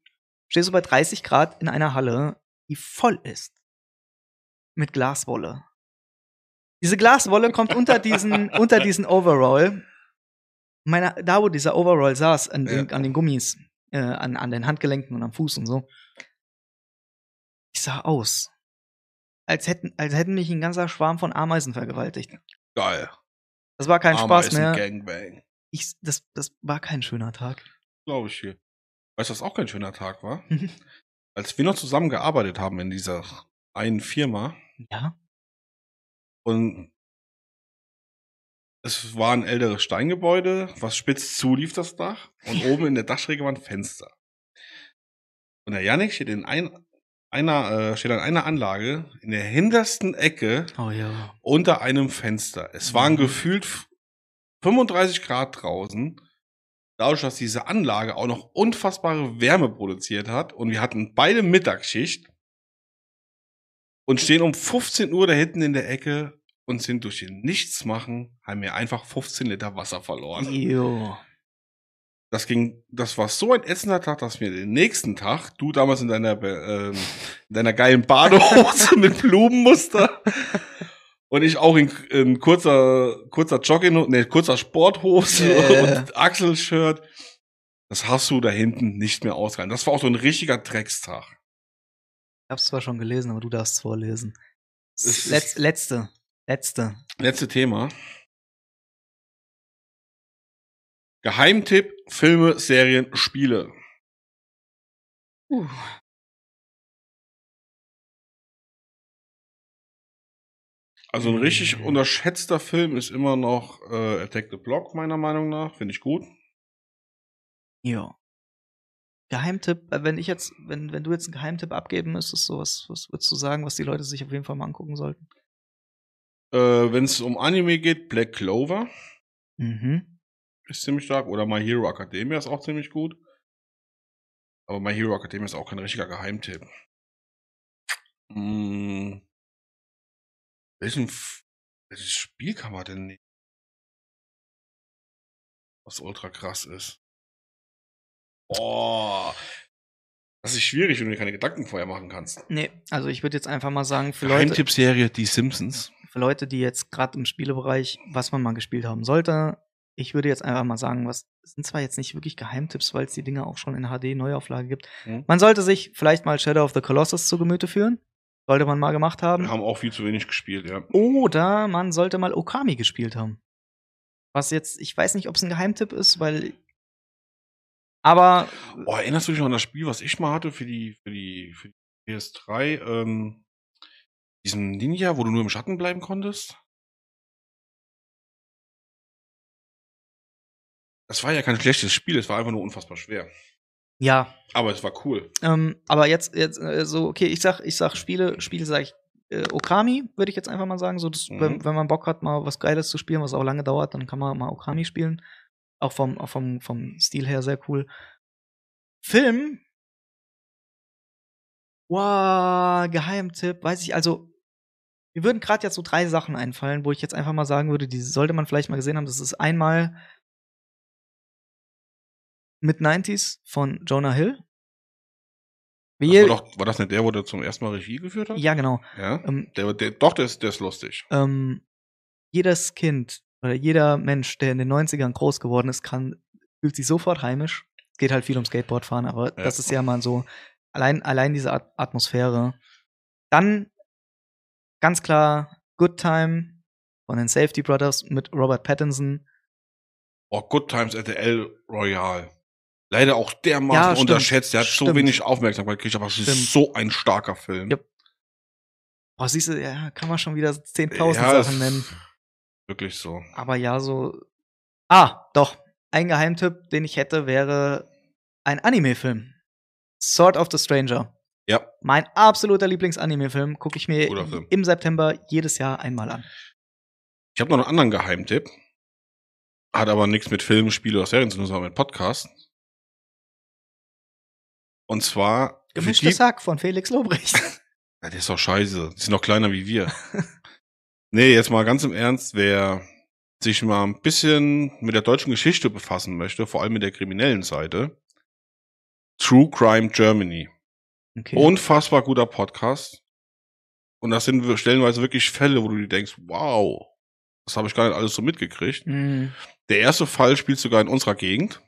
Stehst du bei 30 Grad in einer Halle, die voll ist. Mit Glaswolle. Diese Glaswolle kommt unter diesen, unter diesen Overall. Meiner, da, wo dieser Overall saß, an den, Ja. an den Gummis, äh, an, an den Handgelenken und am Fuß und so. Ich sah aus. Als hätten, als hätten mich ein ganzer Schwarm von Ameisen vergewaltigt. Geil. Das war kein Spaß Ameisen mehr. Gangbang. Ich, das, das war kein schöner Tag. Glaube ich hier. Weißt du, was auch kein schöner Tag war? Als wir noch zusammen gearbeitet haben in dieser einen Firma ja. und es war ein älteres Steingebäude, was spitz zulief, das Dach. Und oben in der Dachschräge waren Fenster. Und der Janik steht in ein, einer, äh, steht an einer Anlage in der hintersten Ecke Oh ja. unter einem Fenster. Es waren gefühlt f- 35 Grad draußen. Dadurch, dass diese Anlage auch noch unfassbare Wärme produziert hat und wir hatten beide Mittagsschicht und stehen um 15 Uhr da hinten in der Ecke und sind durch den Nichtsmachen, haben wir einfach 15 Liter Wasser verloren. Jo. Das ging, das war so ein ätzender Tag, dass wir den nächsten Tag, du damals in deiner, be- ähm, in deiner geilen Badehose mit Blumenmuster und ich auch in, in kurzer, kurzer Jogging, nee, kurzer Sporthose Yeah. und Achselshirt, das hast du da hinten nicht mehr ausgehalten. Das war auch so ein richtiger Dreckstag. Ich hab's zwar schon gelesen, aber du darfst vorlesen. Es Letz ist- letzte. Letzte. Letzte Thema. Geheimtipp, Filme, Serien, Spiele. Uh. Also ein richtig Mhm. unterschätzter Film ist immer noch äh, Attack the Block, meiner Meinung nach. Finde ich gut. Jo. Geheimtipp, äh, wenn ich jetzt, wenn, wenn du jetzt einen Geheimtipp abgeben müsstest, so was, was würdest du sagen, was die Leute sich auf jeden Fall mal angucken sollten? Äh, Wenn es um Anime geht, Black Clover Mhm. ist ziemlich stark. Oder My Hero Academia ist auch ziemlich gut. Aber My Hero Academia ist auch kein richtiger Geheimtipp. Hm. Welchen F welches Spiel kann man denn nehmen? Was ultra krass ist. Boah. Das ist schwierig, wenn du dir keine Gedanken vorher machen kannst. Nee, also ich würde jetzt einfach mal sagen, für Leute, Geheimtippserie Die Simpsons. für Leute, die jetzt gerade im Spielebereich, was man mal gespielt haben sollte, ich würde jetzt einfach mal sagen, was es sind zwar jetzt nicht wirklich Geheimtipps, weil es die Dinger auch schon in HD-Neuauflage gibt. Mhm. Man sollte sich vielleicht mal Shadow of the Colossus zu Gemüte führen. Sollte man mal gemacht haben. Wir haben auch viel zu wenig gespielt, ja. Oder man sollte mal Okami gespielt haben. Was jetzt, ich weiß nicht, ob es ein Geheimtipp ist, weil. Aber Oh, erinnerst du dich noch an das Spiel, was ich mal hatte für die, für die, für die PS3? Ähm, diesen Ninja, wo du nur im Schatten bleiben konntest? Das war ja kein schlechtes Spiel, es war einfach nur unfassbar schwer. Ja, Aber es war cool. Ähm, aber jetzt, jetzt äh, so, okay, ich sag, ich sag Spiele, Spiele sag ich äh, Okami, würde ich jetzt einfach mal sagen. So, das, Mhm. wenn, wenn man Bock hat, mal was Geiles zu spielen, was auch lange dauert, dann kann man mal Okami spielen. Auch vom, auch vom, vom Stil her sehr cool. Film. Wow, Geheimtipp, weiß ich, also. Mir würden gerade jetzt so drei Sachen einfallen, wo ich jetzt einfach mal sagen würde, die sollte man vielleicht mal gesehen haben. Das ist einmal Mid-90s von Jonah Hill. Das war, doch, war das nicht der, wo der zum ersten Mal Regie geführt hat? Ja, genau. ja? Ähm, Der, der, doch, der ist, der ist lustig. ähm, jedes Kind oder jeder Mensch, der in den 90ern groß geworden ist, kann, fühlt sich sofort heimisch. Es geht halt viel um Skateboardfahren, aber das ist ja mal so, allein, allein diese At Atmosphäre. Dann ganz klar Good Time von den Safety Brothers mit Robert Pattinson. Oh, Good Times RTL Royal. Leider auch dermaßen Ja, stimmt. unterschätzt. Der hat so Stimmt. wenig Aufmerksamkeit gekriegt, aber es Stimmt. ist so ein starker Film. Ja, Boah, siehst du, ja, kann man schon wieder 10.000 es- Sachen nennen. Wirklich so. Aber ja, so. Ah, doch. Ein Geheimtipp, den ich hätte, wäre ein Anime-Film. Sword of the Stranger. Ja. Mein absoluter Lieblings-Anime-Film. Gucke ich mir Guter Film. im September jedes Jahr einmal an. Ich habe noch einen anderen Geheimtipp. Hat aber nichts mit Filmen, Spielen oder Serien zu tun, sondern mit Podcast. Und zwar. für Gemischtes die- Hack von Felix Lobrecht. Ja, der ist doch scheiße. Die sind noch kleiner wie wir. nee, jetzt mal ganz im Ernst, wer sich mal ein bisschen mit der deutschen Geschichte befassen möchte, vor allem mit der kriminellen Seite. True Crime Germany. Okay. Unfassbar guter Podcast. Und das sind wir- stellenweise wirklich Fälle, wo du dir denkst, wow, das habe ich gar nicht alles so mitgekriegt. Mhm. Der erste Fall spielt sogar in unserer Gegend.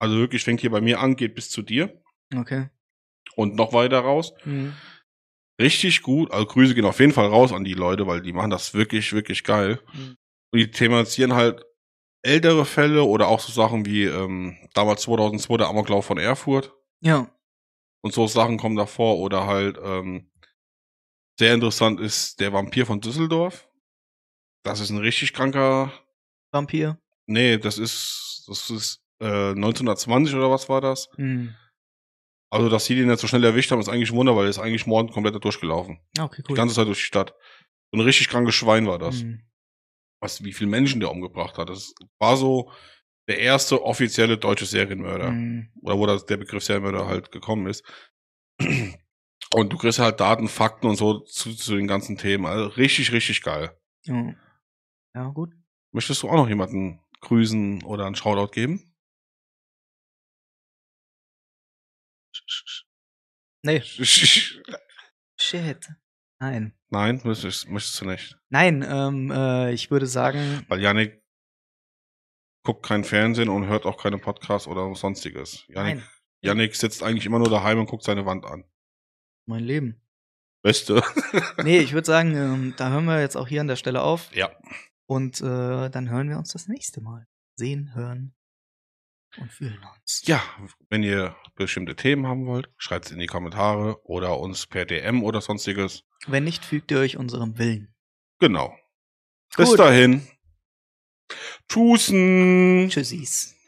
Also wirklich fängt hier bei mir an, geht bis zu dir Okay. und noch weiter raus. Mhm. Richtig gut. Also Grüße gehen auf jeden Fall raus an die Leute, weil die machen das wirklich, wirklich geil. Mhm. Und die thematisieren halt ältere Fälle oder auch so Sachen wie ähm, damals 2002 der Amoklauf von Erfurt. Ja. und so Sachen kommen davor oder halt ähm, sehr interessant ist der Vampir von Düsseldorf. Das ist ein richtig kranker. Vampir. Nee, das ist das ist äh, 1920 oder was war das? Mhm. Also dass sie den jetzt so schnell erwischt haben, ist eigentlich ein Wunder, weil er ist eigentlich morgen komplett da durchgelaufen. Ah, Okay, Die cool. ganze Zeit durch die Stadt. So ein richtig krankes Schwein war das. Mhm. Was wie viele Menschen der umgebracht hat. Das war so der erste offizielle deutsche Serienmörder. Mhm. oder wo das, der Begriff Serienmörder halt gekommen ist. Und du kriegst halt Daten, Fakten und so zu, zu den ganzen Themen. Also richtig, richtig geil. Ja. ja, gut. Möchtest du auch noch jemanden grüßen oder einen Shoutout geben? Nee. Shit. Nein. Nein, möchtest, möchtest du nicht. Nein, ähm, äh, ich würde sagen, Weil Yannick guckt kein Fernsehen und hört auch keine Podcasts oder sonstiges. Yannick, nein, Yannick sitzt eigentlich immer nur daheim und guckt seine Wand an. mein Leben. Beste. Nee, ich würde sagen, ähm, da hören wir jetzt auch hier an der Stelle auf. Ja. Und äh, dann hören wir uns das nächste Mal. Sehen, hören und fühlen uns. Ja, wenn ihr bestimmte Themen haben wollt, schreibt es in die Kommentare oder uns per DM oder sonstiges. Wenn nicht, fügt ihr euch unserem Willen. Genau. Bis Gut. dahin. Tschüssen. Tschüssis.